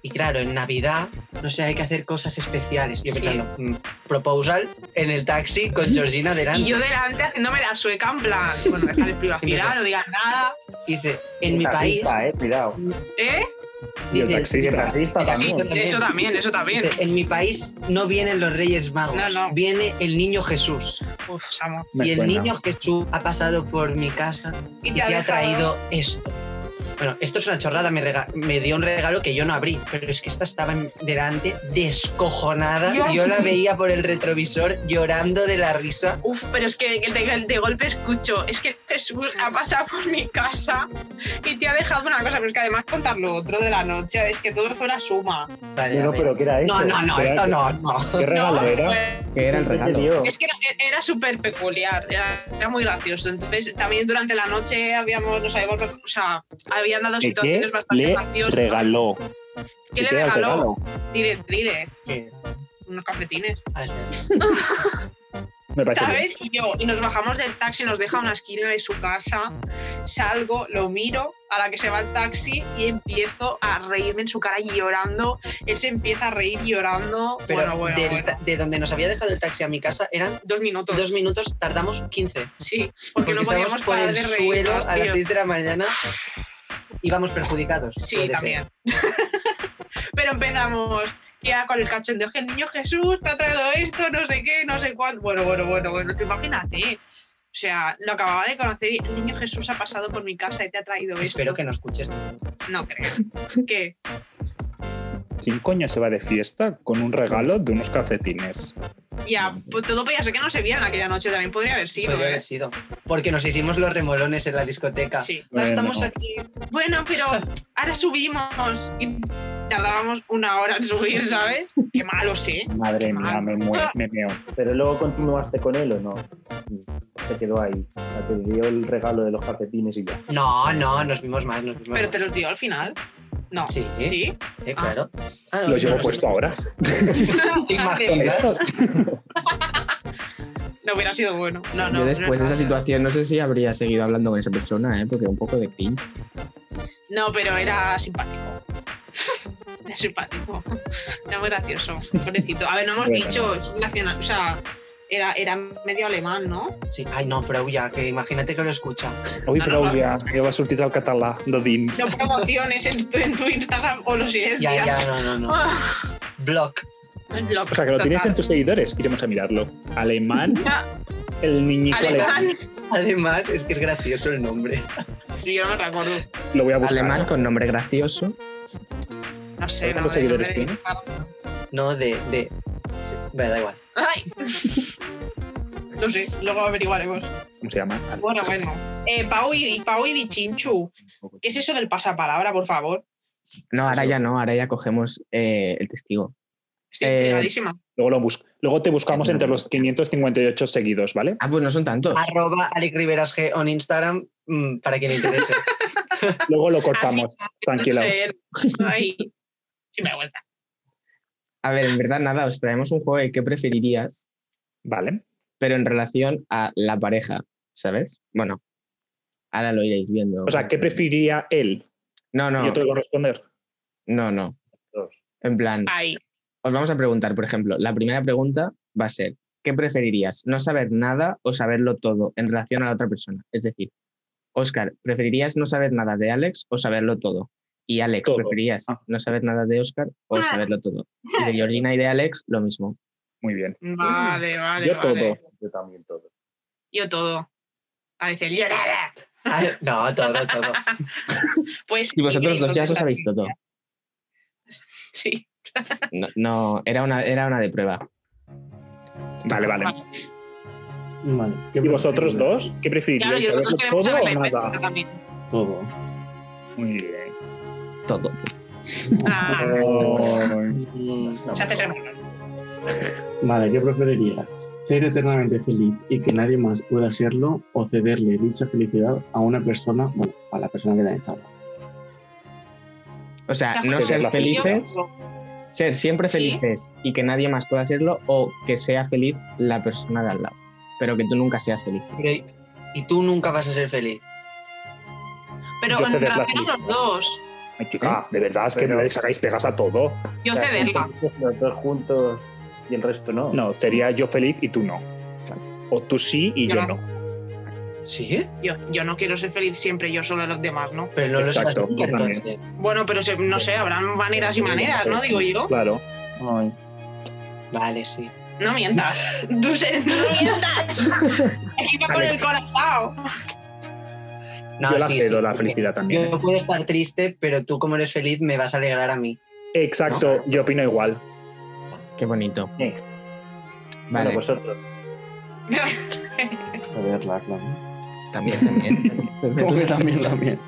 [SPEAKER 2] Y claro, en Navidad, no sé, hay que hacer cosas especiales. Y Yo
[SPEAKER 1] Sí.
[SPEAKER 2] pensando, mm, proposal en el taxi con Georgina delante.
[SPEAKER 1] Y yo delante haciéndome la sueca en plan, bueno, dejarles privacidad, no digas nada,
[SPEAKER 2] Y dice, en mi país,
[SPEAKER 7] Taxista, eh, cuidado.
[SPEAKER 1] ¿eh?
[SPEAKER 7] Y el
[SPEAKER 2] dice,
[SPEAKER 7] taxista, el taxista
[SPEAKER 1] Sí,
[SPEAKER 7] también.
[SPEAKER 1] eso también, eso también.
[SPEAKER 2] dice, en mi país no vienen los Reyes Magos,
[SPEAKER 1] No, no.
[SPEAKER 2] viene el niño Jesús.
[SPEAKER 1] Uf, Samo.
[SPEAKER 7] Me
[SPEAKER 2] y el
[SPEAKER 7] suena.
[SPEAKER 2] niño Jesús ha pasado por mi casa y te ha
[SPEAKER 1] dejado-
[SPEAKER 2] traído esto. Bueno, esto es una chorrada, me, rega- me dio un regalo que yo no abrí, pero es que esta estaba en- delante descojonada.
[SPEAKER 1] Dios.
[SPEAKER 2] Yo la veía por el retrovisor llorando de la risa.
[SPEAKER 1] Uf, pero es que de, de- de golpe escucho, es que Jesús ha pasado por mi casa y te ha dejado una cosa, pero es que además contar lo otro de la noche, es que todo fue una suma.
[SPEAKER 2] Vale, a
[SPEAKER 7] Pero,
[SPEAKER 2] ver.
[SPEAKER 7] pero ¿qué era eso?
[SPEAKER 2] no, no, no,
[SPEAKER 7] ¿Qué era-
[SPEAKER 2] esto no, Este no.
[SPEAKER 7] ¿Qué regalo
[SPEAKER 1] No,
[SPEAKER 7] era?
[SPEAKER 1] fue-
[SPEAKER 5] que era el
[SPEAKER 7] ¿Qué te
[SPEAKER 5] regalo.
[SPEAKER 7] dio?
[SPEAKER 1] es que era, era súper peculiar, era, era muy gracioso. Entonces, también durante la noche habíamos, nos habíamos, o sea, habían dado
[SPEAKER 6] ¿Qué
[SPEAKER 1] situaciones bastante
[SPEAKER 6] le
[SPEAKER 1] graciosas.
[SPEAKER 6] regaló?
[SPEAKER 2] Este
[SPEAKER 1] ¿Qué le
[SPEAKER 6] era el
[SPEAKER 1] regaló?
[SPEAKER 6] regalo?
[SPEAKER 1] Dile, dile,
[SPEAKER 2] Sí.
[SPEAKER 1] unos cafetines.
[SPEAKER 2] A ver, espera.
[SPEAKER 6] Me parece bien.
[SPEAKER 1] ¿Sabes? Y yo, y nos bajamos del taxi, nos deja una esquina de su casa, salgo, lo miro, a la que se va el taxi y empiezo a reírme en su cara llorando. Él se empieza a reír llorando.
[SPEAKER 2] Pero
[SPEAKER 1] bueno, bueno,
[SPEAKER 2] del
[SPEAKER 1] bueno.
[SPEAKER 2] ta- de donde nos había dejado el taxi a mi casa eran
[SPEAKER 1] Dos minutos.
[SPEAKER 2] dos minutos, tardamos 15.
[SPEAKER 1] Sí, porque,
[SPEAKER 2] Porque,
[SPEAKER 1] no
[SPEAKER 2] estábamos
[SPEAKER 1] podíamos
[SPEAKER 2] por
[SPEAKER 1] parar
[SPEAKER 2] el
[SPEAKER 1] de
[SPEAKER 2] suelo
[SPEAKER 1] reírnos,
[SPEAKER 2] a las
[SPEAKER 1] tío.
[SPEAKER 2] 6 de la mañana. Íbamos perjudicados. puede
[SPEAKER 1] Sí,
[SPEAKER 2] ser.
[SPEAKER 1] también. Pero empezamos ya con el cachondeo, que el niño Jesús te ha traído esto, no sé qué, no sé cuánto. Bueno, bueno, bueno, bueno, tú imagínate. O sea, lo acababa de conocer y el niño Jesús ha pasado por mi casa y te ha traído esto.
[SPEAKER 2] Espero que no escuches.
[SPEAKER 1] No creo. ¿Qué?
[SPEAKER 6] ¿Quién coño se va de fiesta con un regalo de unos calcetines?
[SPEAKER 1] Ya, pues todo podía ser que no se vieran aquella noche, también podría haber sido,
[SPEAKER 2] Podría
[SPEAKER 1] ¿eh?
[SPEAKER 2] haber sido. Porque nos hicimos los remolones en la discoteca.
[SPEAKER 1] Sí.
[SPEAKER 2] No estamos
[SPEAKER 6] Bueno.
[SPEAKER 2] aquí.
[SPEAKER 1] Bueno, pero ahora subimos y tardábamos una hora en subir, ¿sabes? Qué malo, sí.
[SPEAKER 6] Madre mía, me muero, me meo.
[SPEAKER 7] Pero luego continuaste con él o no. Se quedó ahí. O sea, te dio el regalo de los calcetines y ya.
[SPEAKER 2] No, no, nos vimos más, nos vimos
[SPEAKER 1] Pero
[SPEAKER 2] más.
[SPEAKER 1] te los dio al final. No.
[SPEAKER 2] Sí.
[SPEAKER 1] ¿Sí?
[SPEAKER 2] Eh, claro. Ah,
[SPEAKER 6] Lo llevo
[SPEAKER 2] no,
[SPEAKER 6] puesto ahora.
[SPEAKER 1] Ah,
[SPEAKER 2] Imagínate.
[SPEAKER 6] Esto,
[SPEAKER 1] No hubiera sido bueno. No, no.
[SPEAKER 5] Yo después de
[SPEAKER 1] no,
[SPEAKER 5] esa
[SPEAKER 1] no.
[SPEAKER 5] situación no sé si habría seguido hablando con esa persona, ¿eh? porque un poco de cringe.
[SPEAKER 1] No, pero era simpático. Era simpático. Era muy gracioso. Pobrecito. A ver, no hemos
[SPEAKER 6] Bueno.
[SPEAKER 1] dicho, es nacional. O sea, era, era medio alemán, ¿no?
[SPEAKER 2] Sí. Ay, no, pero ya, que imagínate que lo escucha.
[SPEAKER 6] Ui,
[SPEAKER 1] No,
[SPEAKER 6] prou
[SPEAKER 1] no,
[SPEAKER 6] ja, jo va sortir del català de dins.
[SPEAKER 1] No promociones en tu, en tu Instagram o lo silencias.
[SPEAKER 2] Ya, ya, no, no, no.
[SPEAKER 1] Ah,
[SPEAKER 2] Block.
[SPEAKER 1] el blog,
[SPEAKER 6] O sea, que lo tienes en
[SPEAKER 1] total.
[SPEAKER 6] tus seguidores, iremos a mirarlo. Alemán,
[SPEAKER 1] Ya,
[SPEAKER 6] el niñito alemán.
[SPEAKER 1] Alemán.
[SPEAKER 2] Además, es que es gracioso el nombre.
[SPEAKER 1] Yo no me recuerdo.
[SPEAKER 6] Lo voy a buscar.
[SPEAKER 5] Alemán con nombre gracioso.
[SPEAKER 1] No dispararse.
[SPEAKER 6] ¿Cuántos
[SPEAKER 1] no, de-
[SPEAKER 6] seguidores
[SPEAKER 1] de-
[SPEAKER 6] tiene?
[SPEAKER 2] No, de. de... Vale, da igual.
[SPEAKER 1] ¡Ay! No sé, luego averiguaremos.
[SPEAKER 6] ¿Cómo se llama?
[SPEAKER 1] Bueno, bueno. Eh, Pau, y, Pau y Bichinchu, ¿qué es eso del pasapalabra, por favor?
[SPEAKER 5] No, ahora ya no, ahora ya cogemos eh, el testigo.
[SPEAKER 1] Estoy
[SPEAKER 5] Eh,
[SPEAKER 1] intrigadísima.
[SPEAKER 6] Luego, lo bus- Luego te buscamos entre los 558 seguidos, ¿vale?
[SPEAKER 5] Ah, pues no son tantos.
[SPEAKER 2] Arroba Alec Riveras G on Instagram mm, para quien le interese.
[SPEAKER 6] Luego
[SPEAKER 1] Ah,
[SPEAKER 6] lo cortamos. Tranquila.
[SPEAKER 1] Ay, sí me da vuelta.
[SPEAKER 5] A ver, en verdad nada, os traemos un juego de qué preferirías,
[SPEAKER 6] Vale.
[SPEAKER 5] pero en relación a la pareja, ¿sabes? Bueno, ahora lo iréis viendo.
[SPEAKER 6] O sea, ¿qué preferiría él?
[SPEAKER 5] No, no,
[SPEAKER 6] Yo te lo voy a responder.
[SPEAKER 5] no, no.
[SPEAKER 6] Dos.
[SPEAKER 5] En plan,
[SPEAKER 1] Ay,
[SPEAKER 5] os vamos a preguntar, por ejemplo, la primera pregunta va a ser, ¿qué preferirías? ¿No saber nada o saberlo todo en relación a la otra persona? Es decir, Oscar, ¿preferirías no saber nada de Alex o saberlo todo? Y Alex,
[SPEAKER 6] Todo.
[SPEAKER 5] ¿preferirías
[SPEAKER 6] Ah.
[SPEAKER 5] no saber nada de Oscar o
[SPEAKER 1] Ah.
[SPEAKER 5] saberlo todo? Y de Georgina y de Alex, lo mismo.
[SPEAKER 6] Muy bien.
[SPEAKER 1] vale, vale.
[SPEAKER 6] Yo
[SPEAKER 1] vale.
[SPEAKER 6] todo.
[SPEAKER 7] Yo también todo.
[SPEAKER 1] Yo todo. A decir, yo nada.
[SPEAKER 2] Ah, no, todo, todo.
[SPEAKER 1] Pues,
[SPEAKER 5] Y vosotros
[SPEAKER 1] queréis
[SPEAKER 5] dos ya lo
[SPEAKER 1] contestar?
[SPEAKER 5] sabéis todo.
[SPEAKER 1] Sí.
[SPEAKER 5] No, no, era, una, era una de prueba.
[SPEAKER 6] Vale, vale.
[SPEAKER 8] Vale, ¿qué
[SPEAKER 6] ¿Y vosotros
[SPEAKER 8] prefieres?
[SPEAKER 6] dos? ¿Qué
[SPEAKER 1] Claro,
[SPEAKER 6] preferiríais?
[SPEAKER 1] yo
[SPEAKER 6] ¿Saberlo
[SPEAKER 1] nosotros queremos
[SPEAKER 6] todo
[SPEAKER 1] saber
[SPEAKER 6] o
[SPEAKER 1] la respuesta
[SPEAKER 6] nada?
[SPEAKER 1] también.
[SPEAKER 8] Todo.
[SPEAKER 6] Muy bien.
[SPEAKER 5] Todo.
[SPEAKER 1] Ah,
[SPEAKER 6] Oh.
[SPEAKER 2] Mm,
[SPEAKER 1] se hace remolón.
[SPEAKER 8] Vale, ¿qué preferirías? ¿Ser eternamente feliz y que nadie más pueda serlo o cederle dicha felicidad a una persona, bueno, a la persona que la estaba?
[SPEAKER 1] O
[SPEAKER 5] O sea,
[SPEAKER 1] sea,
[SPEAKER 5] no
[SPEAKER 1] joder,
[SPEAKER 5] ser
[SPEAKER 1] yo-
[SPEAKER 5] felices, ser siempre
[SPEAKER 1] Sí.
[SPEAKER 5] felices y que nadie más pueda serlo o que sea feliz la persona de al lado, pero que tú nunca seas feliz.
[SPEAKER 2] pero- y tú nunca vas a ser feliz.
[SPEAKER 1] Pero
[SPEAKER 6] Yo
[SPEAKER 1] en
[SPEAKER 6] cederla
[SPEAKER 1] relación a los
[SPEAKER 6] feliz.
[SPEAKER 1] dos,
[SPEAKER 6] Ay, chica, de verdad es que no le sacáis pegas a todo.
[SPEAKER 1] yo
[SPEAKER 7] O sea, si
[SPEAKER 1] cederla.
[SPEAKER 7] entonces Los dos juntos y el resto no.
[SPEAKER 6] No, sería yo feliz y tú no. O tú sí y
[SPEAKER 1] Yo
[SPEAKER 6] yo
[SPEAKER 1] no.
[SPEAKER 6] no.
[SPEAKER 2] ¿Sí?
[SPEAKER 1] Yo, yo no quiero ser feliz siempre yo solo a los demás, ¿no?
[SPEAKER 2] Pero no
[SPEAKER 6] Exacto,
[SPEAKER 2] lo
[SPEAKER 6] yo
[SPEAKER 2] sabes.
[SPEAKER 6] también.
[SPEAKER 2] entonces.
[SPEAKER 1] Bueno, pero se- no sé, habrán maneras y maneras, ¿no? Digo yo.
[SPEAKER 6] Claro.
[SPEAKER 7] Ay,
[SPEAKER 2] Vale, sí.
[SPEAKER 1] No mientas. Tú se- no mientas. Aquí va con el
[SPEAKER 6] Alex.
[SPEAKER 1] corazón.
[SPEAKER 2] No,
[SPEAKER 6] yo la
[SPEAKER 2] Ah, sí,
[SPEAKER 6] cedo
[SPEAKER 2] sí,
[SPEAKER 6] la
[SPEAKER 2] porque
[SPEAKER 6] felicidad también.
[SPEAKER 2] Yo puedo estar triste, pero tú como eres feliz me vas a alegrar a mí.
[SPEAKER 6] Exacto, yo opino igual.
[SPEAKER 5] Qué bonito.
[SPEAKER 7] Sí.
[SPEAKER 5] Vale,
[SPEAKER 7] Bueno, vosotros.
[SPEAKER 8] Cederla, claro.
[SPEAKER 5] también, también.
[SPEAKER 8] Como que también, también.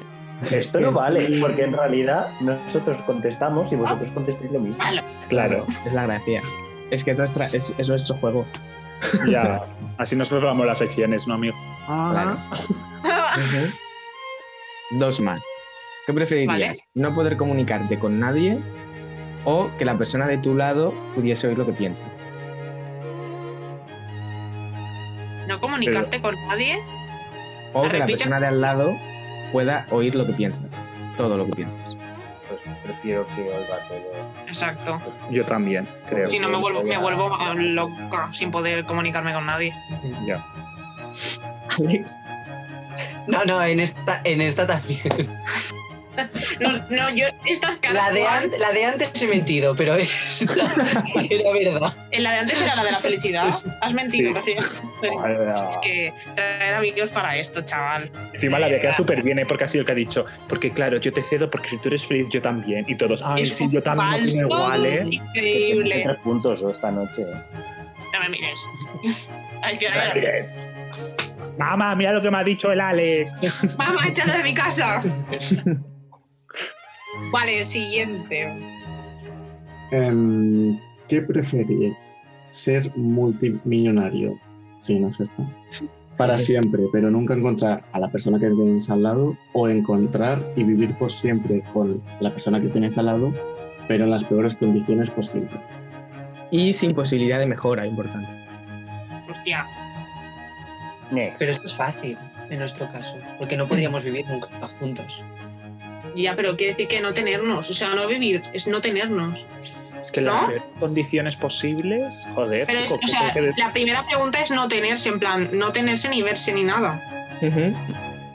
[SPEAKER 7] Esto no vale, porque en realidad nosotros contestamos y vosotros contestáis lo mismo.
[SPEAKER 1] Ah. Vale.
[SPEAKER 6] Claro,
[SPEAKER 5] Es la gracia. Es que es, nuestra- es- es nuestro juego.
[SPEAKER 6] ya. Así nos preparamos las secciones, ¿no, amigo?
[SPEAKER 5] Claro. Dos más. ¿Qué preferirías? ¿No poder comunicarte con nadie o que la persona de tu lado pudiese oír lo que piensas?
[SPEAKER 1] No comunicarte con nadie.
[SPEAKER 5] O que la
[SPEAKER 1] Repite.
[SPEAKER 5] persona de al lado pueda oír lo que piensas. Todo lo que piensas.
[SPEAKER 7] Pues prefiero que oiga todo.
[SPEAKER 1] Exacto.
[SPEAKER 6] Yo también, creo.
[SPEAKER 1] Si no me vuelvo, me vuelvo loca sin poder comunicarme con nadie.
[SPEAKER 6] Ya.
[SPEAKER 5] Alex.
[SPEAKER 2] No, no, en esta, en esta también.
[SPEAKER 1] No, no yo estas
[SPEAKER 2] La de, an- la de antes he mentido, pero esta era verdad.
[SPEAKER 1] En la de antes era la de la felicidad. Has mentido, Rocío.
[SPEAKER 7] Ahora,
[SPEAKER 1] que traer amigos para esto, chaval.
[SPEAKER 6] Encima la había
[SPEAKER 2] Ah.
[SPEAKER 6] quedado súper bien, ¿eh? porque ha sido el que ha dicho. Porque claro, yo te cedo porque si tú eres feliz, yo también. Y todos, ay, sí, yo también opino
[SPEAKER 1] Falso,
[SPEAKER 6] igual, ¿eh?
[SPEAKER 1] Increíble.
[SPEAKER 7] tres puntos ¿no? esta noche. ¿eh?
[SPEAKER 1] No me mires. Ay, que ahora-
[SPEAKER 6] Gracias. Mamá, mira lo que me ha dicho el Alex.
[SPEAKER 1] Mamá, esta de mi casa. Vale, siguiente.
[SPEAKER 8] Em, ¿Qué preferirías? ¿Ser multimillonario? Sí, no sé está. Para siempre, pero nunca encontrar a la persona que tienes al lado o encontrar y vivir por siempre con la persona que tienes al lado, pero en las peores condiciones por siempre.
[SPEAKER 5] Y sin posibilidad de mejora, importante.
[SPEAKER 1] Hostia.
[SPEAKER 7] Next.
[SPEAKER 2] Pero esto es fácil en nuestro caso, porque no podríamos vivir nunca juntos.
[SPEAKER 1] Ya, pero quiere decir que no tenernos. O sea, no vivir, es no tenernos.
[SPEAKER 6] Es que
[SPEAKER 1] ¿No?
[SPEAKER 6] las peores condiciones posibles. Joder,
[SPEAKER 1] Pero es,
[SPEAKER 6] chico,
[SPEAKER 1] o sea,
[SPEAKER 6] que- que-
[SPEAKER 1] la primera pregunta es no tenerse, en plan, no tenerse ni verse ni nada.
[SPEAKER 5] Ujú.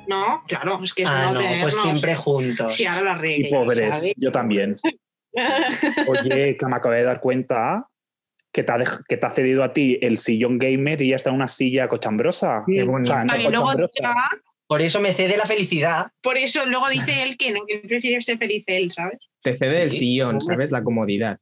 [SPEAKER 1] No, claro, es que es
[SPEAKER 2] Ah,
[SPEAKER 1] no,
[SPEAKER 2] no,
[SPEAKER 1] tenernos.
[SPEAKER 2] pues siempre juntos.
[SPEAKER 1] Sí, ahora la regla.
[SPEAKER 6] y pobres,
[SPEAKER 1] ¿sabes?
[SPEAKER 6] yo también. Oye, que me acabé de dar cuenta que te, ha dej- que te ha cedido a ti el sillón gamer y ya está en una silla cochambrosa.
[SPEAKER 5] Qué
[SPEAKER 6] O
[SPEAKER 5] bonito.
[SPEAKER 6] sea, no
[SPEAKER 1] Vale, luego
[SPEAKER 6] cochambrosa.
[SPEAKER 1] ya-
[SPEAKER 2] Por eso me cede la felicidad.
[SPEAKER 1] por eso luego dice él que no, que él prefiere ser feliz él, ¿sabes?
[SPEAKER 5] Te cede
[SPEAKER 2] Sí.
[SPEAKER 5] el sillón, ¿sabes? La comodidad.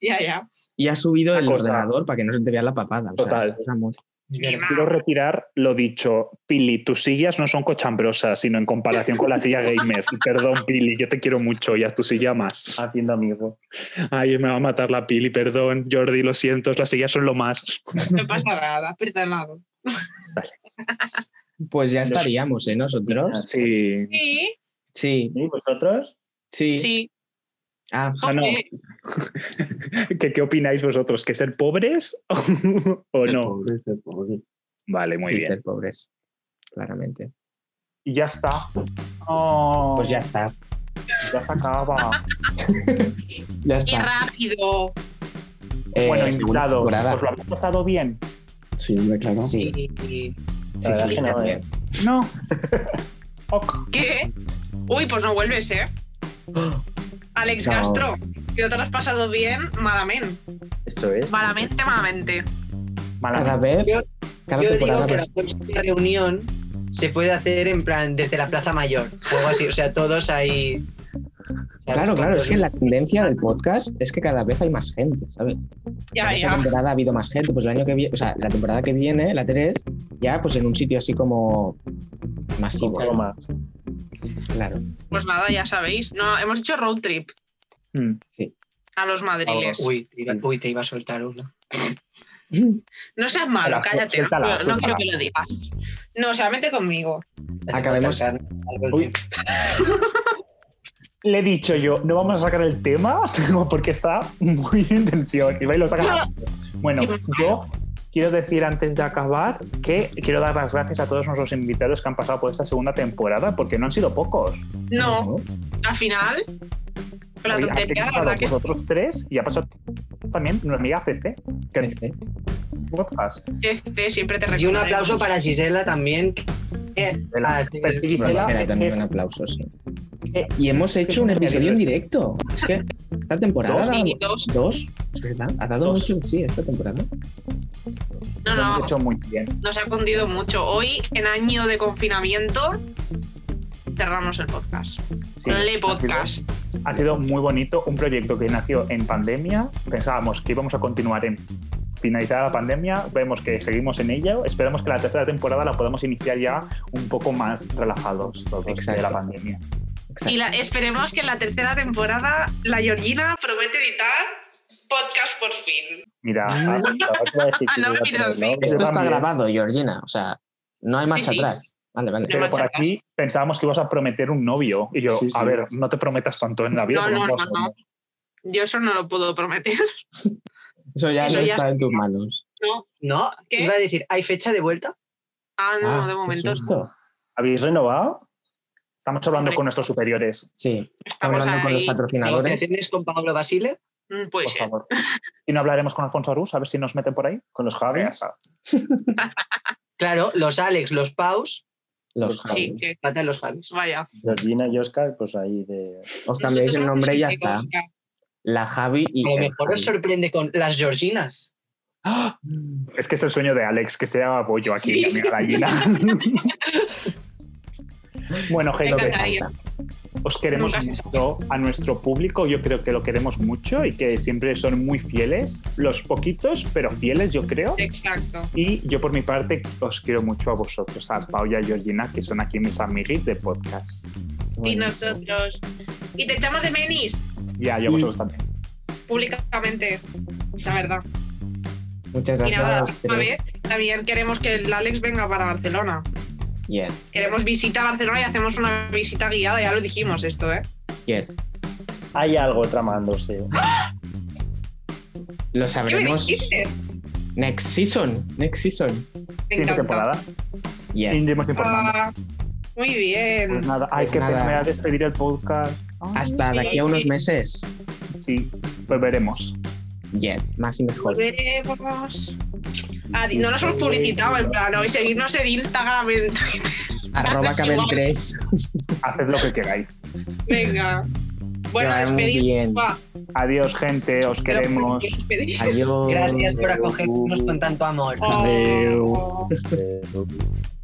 [SPEAKER 1] Ya, ya.
[SPEAKER 5] Y ha subido
[SPEAKER 6] Una
[SPEAKER 5] el
[SPEAKER 6] cosa.
[SPEAKER 5] ordenador para que no se te vea la papada. o sea,
[SPEAKER 6] Total.
[SPEAKER 5] esto es amor.
[SPEAKER 6] Quiero retirar lo dicho. Pili, tus sillas no son cochambrosas, sino en comparación con la silla gamer. Perdón, Pili, yo te quiero mucho y a tu silla más.
[SPEAKER 7] haciendo amigos.
[SPEAKER 6] Ay, me va a matar la Pili, perdón, Jordi, lo siento, las sillas son lo más.
[SPEAKER 1] No pasa nada, perdonado.
[SPEAKER 5] Pues ya estaríamos, ¿eh? Nosotros.
[SPEAKER 6] Sí.
[SPEAKER 1] Sí,
[SPEAKER 5] Sí,
[SPEAKER 7] ¿Y vosotros?
[SPEAKER 5] sí.
[SPEAKER 1] sí.
[SPEAKER 5] Ah,
[SPEAKER 6] Ah, no.
[SPEAKER 1] Hombre,
[SPEAKER 6] ¿Qué, qué opináis vosotros? ¿Que ser pobres o no?
[SPEAKER 8] Pobre, ese pobre.
[SPEAKER 6] Vale, muy
[SPEAKER 5] y
[SPEAKER 6] bien.
[SPEAKER 5] ser pobres. Claramente.
[SPEAKER 6] Y ya está. Oh,
[SPEAKER 5] Pues ya está.
[SPEAKER 6] ya se acaba.
[SPEAKER 1] qué
[SPEAKER 8] Ya está.
[SPEAKER 1] rápido.
[SPEAKER 5] Eh,
[SPEAKER 6] bueno,
[SPEAKER 5] segunda
[SPEAKER 6] invitados,
[SPEAKER 5] temporada.
[SPEAKER 6] ¿os lo habéis pasado bien?
[SPEAKER 8] Sí, hombre, claro.
[SPEAKER 5] Sí,
[SPEAKER 2] Sí.
[SPEAKER 5] sí,
[SPEAKER 7] verdad
[SPEAKER 5] sí,
[SPEAKER 7] que no, eh.
[SPEAKER 5] también.
[SPEAKER 6] No. Ok.
[SPEAKER 1] ¿Qué? Uy, pues no vuelves, ¿eh? Alex
[SPEAKER 5] No.
[SPEAKER 1] Castro, que no te lo has pasado bien, malamente.
[SPEAKER 7] Eso es.
[SPEAKER 1] Malamente, malamente.
[SPEAKER 5] Cada
[SPEAKER 6] Mala
[SPEAKER 5] vez,
[SPEAKER 2] Yo-
[SPEAKER 5] cada
[SPEAKER 2] Yo digo
[SPEAKER 5] temporada
[SPEAKER 2] que la
[SPEAKER 5] pues,
[SPEAKER 2] próxima reunión se puede hacer en plan desde la Plaza Mayor o algo así. O sea, todos ahí. o sea,
[SPEAKER 5] Claro, claro, es
[SPEAKER 2] todos-
[SPEAKER 5] que la tendencia del podcast es que cada vez hay más gente, ¿sabes?
[SPEAKER 1] Ya,
[SPEAKER 5] Cada
[SPEAKER 1] ya.
[SPEAKER 5] temporada ha habido más gente, pues el año que viene, o sea, la temporada que viene, la 3, ya pues en un sitio así como masivo,
[SPEAKER 7] Poco más.
[SPEAKER 5] claro.
[SPEAKER 1] Pues nada, ya sabéis. No, hemos hecho road trip
[SPEAKER 6] Mm.
[SPEAKER 1] a los madriles.
[SPEAKER 2] Uy, te iba- uy, te iba a soltar una.
[SPEAKER 1] No seas malo,
[SPEAKER 6] Suéltala,
[SPEAKER 1] cállate. No,
[SPEAKER 6] suéltala,
[SPEAKER 1] no
[SPEAKER 6] suéltala.
[SPEAKER 1] quiero que lo digas. No, solamente conmigo.
[SPEAKER 5] Acabemos.
[SPEAKER 6] Uy. Le he dicho yo, no vamos a sacar el tema porque está muy en tensión. Y va y lo saca. Bueno, yo quiero decir antes de acabar que quiero dar las gracias a todos nuestros invitados que han pasado por esta segunda temporada porque no han sido pocos.
[SPEAKER 1] No, al final. con La
[SPEAKER 6] Hoy han
[SPEAKER 1] tontería, la
[SPEAKER 6] pasado
[SPEAKER 1] verdad que.
[SPEAKER 6] vosotros tres y ha pasado también nuestra amiga CC, que en
[SPEAKER 5] Este.
[SPEAKER 6] podcast.
[SPEAKER 1] Este siempre te
[SPEAKER 2] Y un
[SPEAKER 1] recordaré.
[SPEAKER 2] aplauso para Gisela también. que- Ah, sí,
[SPEAKER 6] Pero Gisela
[SPEAKER 5] Bueno, también
[SPEAKER 6] es-
[SPEAKER 5] un aplauso, sí.
[SPEAKER 6] Eh,
[SPEAKER 5] Y hemos
[SPEAKER 6] es
[SPEAKER 5] hecho un
[SPEAKER 6] una
[SPEAKER 5] episodio en
[SPEAKER 6] realidad.
[SPEAKER 5] directo. Es que esta temporada.
[SPEAKER 6] Dos,
[SPEAKER 1] Sí, dos.
[SPEAKER 5] Dos, es verdad. Ha dado
[SPEAKER 6] Dos.
[SPEAKER 5] mucho, sí, esta temporada.
[SPEAKER 1] No,
[SPEAKER 6] Lo hemos
[SPEAKER 1] no,
[SPEAKER 6] hecho muy bien.
[SPEAKER 1] nos ha cundido mucho. Hoy, en año de confinamiento, cerramos el podcast.
[SPEAKER 6] Sí,
[SPEAKER 1] Le
[SPEAKER 6] ha
[SPEAKER 1] podcast.
[SPEAKER 6] sido- Ha sido, muy bonito, un proyecto que nació en pandemia. Pensábamos que íbamos a continuar en finalizada la pandemia, vemos que seguimos en ella, esperamos que la tercera temporada la podamos iniciar ya un poco más relajados todos de la
[SPEAKER 5] Exacto.
[SPEAKER 6] pandemia.
[SPEAKER 1] Y la, esperemos que en la tercera temporada la Georgina promete editar podcast por fin.
[SPEAKER 6] Mira,
[SPEAKER 7] Ah, no, te iba a decir que
[SPEAKER 1] No,
[SPEAKER 7] iba a
[SPEAKER 1] mira,
[SPEAKER 7] tener,
[SPEAKER 1] sí.
[SPEAKER 7] ¿no?
[SPEAKER 5] Esto está
[SPEAKER 6] también.
[SPEAKER 5] grabado, Georgina. O sea, no hay marcha
[SPEAKER 1] sí.
[SPEAKER 5] atrás. Vale, vale.
[SPEAKER 1] No hay
[SPEAKER 6] pero por
[SPEAKER 1] marcha
[SPEAKER 6] aquí pensábamos que ibas a prometer un novio. Y yo,
[SPEAKER 7] Sí, sí.
[SPEAKER 6] a ver, no te prometas tanto en la vida.
[SPEAKER 1] No,
[SPEAKER 6] porque
[SPEAKER 1] no,
[SPEAKER 6] nos
[SPEAKER 1] no, no.
[SPEAKER 6] vemos.
[SPEAKER 1] Yo eso no lo puedo prometer.
[SPEAKER 5] Eso ya
[SPEAKER 1] Eso
[SPEAKER 5] no
[SPEAKER 1] ya-
[SPEAKER 5] está en tus manos.
[SPEAKER 2] No,
[SPEAKER 1] ¿Qué?
[SPEAKER 2] iba a decir, ¿hay fecha de vuelta?
[SPEAKER 1] Ah, no,
[SPEAKER 5] Ah,
[SPEAKER 1] de
[SPEAKER 5] qué
[SPEAKER 1] momento no.
[SPEAKER 5] susto.
[SPEAKER 7] ¿Habéis renovado?
[SPEAKER 6] Estamos hablando
[SPEAKER 1] Hombre.
[SPEAKER 6] con nuestros superiores,
[SPEAKER 5] Sí,
[SPEAKER 1] Estamos
[SPEAKER 5] estamos hablando con los
[SPEAKER 1] ahí.
[SPEAKER 5] patrocinadores.
[SPEAKER 2] ¿Negociaciones con Pablo Basile?
[SPEAKER 1] Mm,
[SPEAKER 6] por
[SPEAKER 1] Puede ser.
[SPEAKER 6] favor. Y no hablaremos con Alfonso Arús, a ver si nos meten por ahí.
[SPEAKER 7] ¿Con los Javis?
[SPEAKER 2] Claro, los Alex, los Paus,
[SPEAKER 5] Los
[SPEAKER 1] Sí,
[SPEAKER 5] Javi.
[SPEAKER 1] que
[SPEAKER 2] faltan los Javis.
[SPEAKER 1] vaya.
[SPEAKER 7] Los Gina y Oscar, pues ahí de.
[SPEAKER 5] Os cambiáis el
[SPEAKER 1] Nosotros
[SPEAKER 5] nombre y ya
[SPEAKER 1] somos
[SPEAKER 5] está.
[SPEAKER 1] chicos, ya.
[SPEAKER 5] La Javi y.
[SPEAKER 2] A lo
[SPEAKER 5] el
[SPEAKER 2] mejor os
[SPEAKER 5] Javi.
[SPEAKER 2] sorprende con las Georginas.
[SPEAKER 6] Es que es el sueño de Alex, que sea apoyo aquí, amiga gallina. bueno,
[SPEAKER 1] Me
[SPEAKER 6] gente,
[SPEAKER 1] encantaría.
[SPEAKER 6] os queremos
[SPEAKER 1] Nunca.
[SPEAKER 6] mucho a nuestro público. Yo creo que lo queremos mucho y que siempre son muy fieles. Los poquitos, pero fieles, yo creo.
[SPEAKER 1] Exacto.
[SPEAKER 6] Y yo, por mi parte, os quiero mucho a vosotros, a Pau y a Georgina, que son aquí mis amiguis de podcast.
[SPEAKER 1] Y nosotros. Y te echamos de menis
[SPEAKER 6] Y a yo a vosotros también.
[SPEAKER 1] públicamente. La verdad.
[SPEAKER 5] Muchas
[SPEAKER 1] Y
[SPEAKER 5] gracias.
[SPEAKER 1] nada,
[SPEAKER 5] a
[SPEAKER 1] la
[SPEAKER 5] los
[SPEAKER 1] próxima
[SPEAKER 5] tres.
[SPEAKER 1] vez también queremos que el Alex venga para Barcelona.
[SPEAKER 5] Yes,
[SPEAKER 1] Queremos visita a Barcelona y hacemos una visita guiada, ya lo dijimos esto, ¿eh?
[SPEAKER 5] yes.
[SPEAKER 7] Hay algo tramándose.
[SPEAKER 5] Lo
[SPEAKER 1] ¿Qué me
[SPEAKER 5] sabremos
[SPEAKER 1] dijiste?
[SPEAKER 5] next season. Next season.
[SPEAKER 1] Me
[SPEAKER 6] Siguiente
[SPEAKER 1] encanta.
[SPEAKER 6] temporada.
[SPEAKER 5] Yes.
[SPEAKER 6] Y iremos informando.
[SPEAKER 1] Ah, muy
[SPEAKER 6] Pues
[SPEAKER 1] bien.
[SPEAKER 6] nada, ay,
[SPEAKER 5] Pues
[SPEAKER 6] qué pena
[SPEAKER 5] nada.
[SPEAKER 6] me va a despedir el podcast. Ay,
[SPEAKER 5] Hasta de aquí a unos meses.
[SPEAKER 6] Sí, volveremos.
[SPEAKER 5] Yes, más y
[SPEAKER 6] Pues
[SPEAKER 5] mejor.
[SPEAKER 1] Volveremos. Ah, no nos hemos publicitado, en plan, hoy seguirnos en Instagram. en- Pues,
[SPEAKER 5] Arroba cabel 3.
[SPEAKER 6] Haced lo que queráis.
[SPEAKER 1] Venga. Bueno, despedir.
[SPEAKER 5] bien.
[SPEAKER 1] va,
[SPEAKER 6] Adiós, gente, os
[SPEAKER 1] pero
[SPEAKER 6] queremos.
[SPEAKER 1] despedir.
[SPEAKER 5] Adiós. Ah,
[SPEAKER 2] Gracias por acogernos con tanto amor.
[SPEAKER 1] Oh.
[SPEAKER 8] Adiós.
[SPEAKER 7] Eh,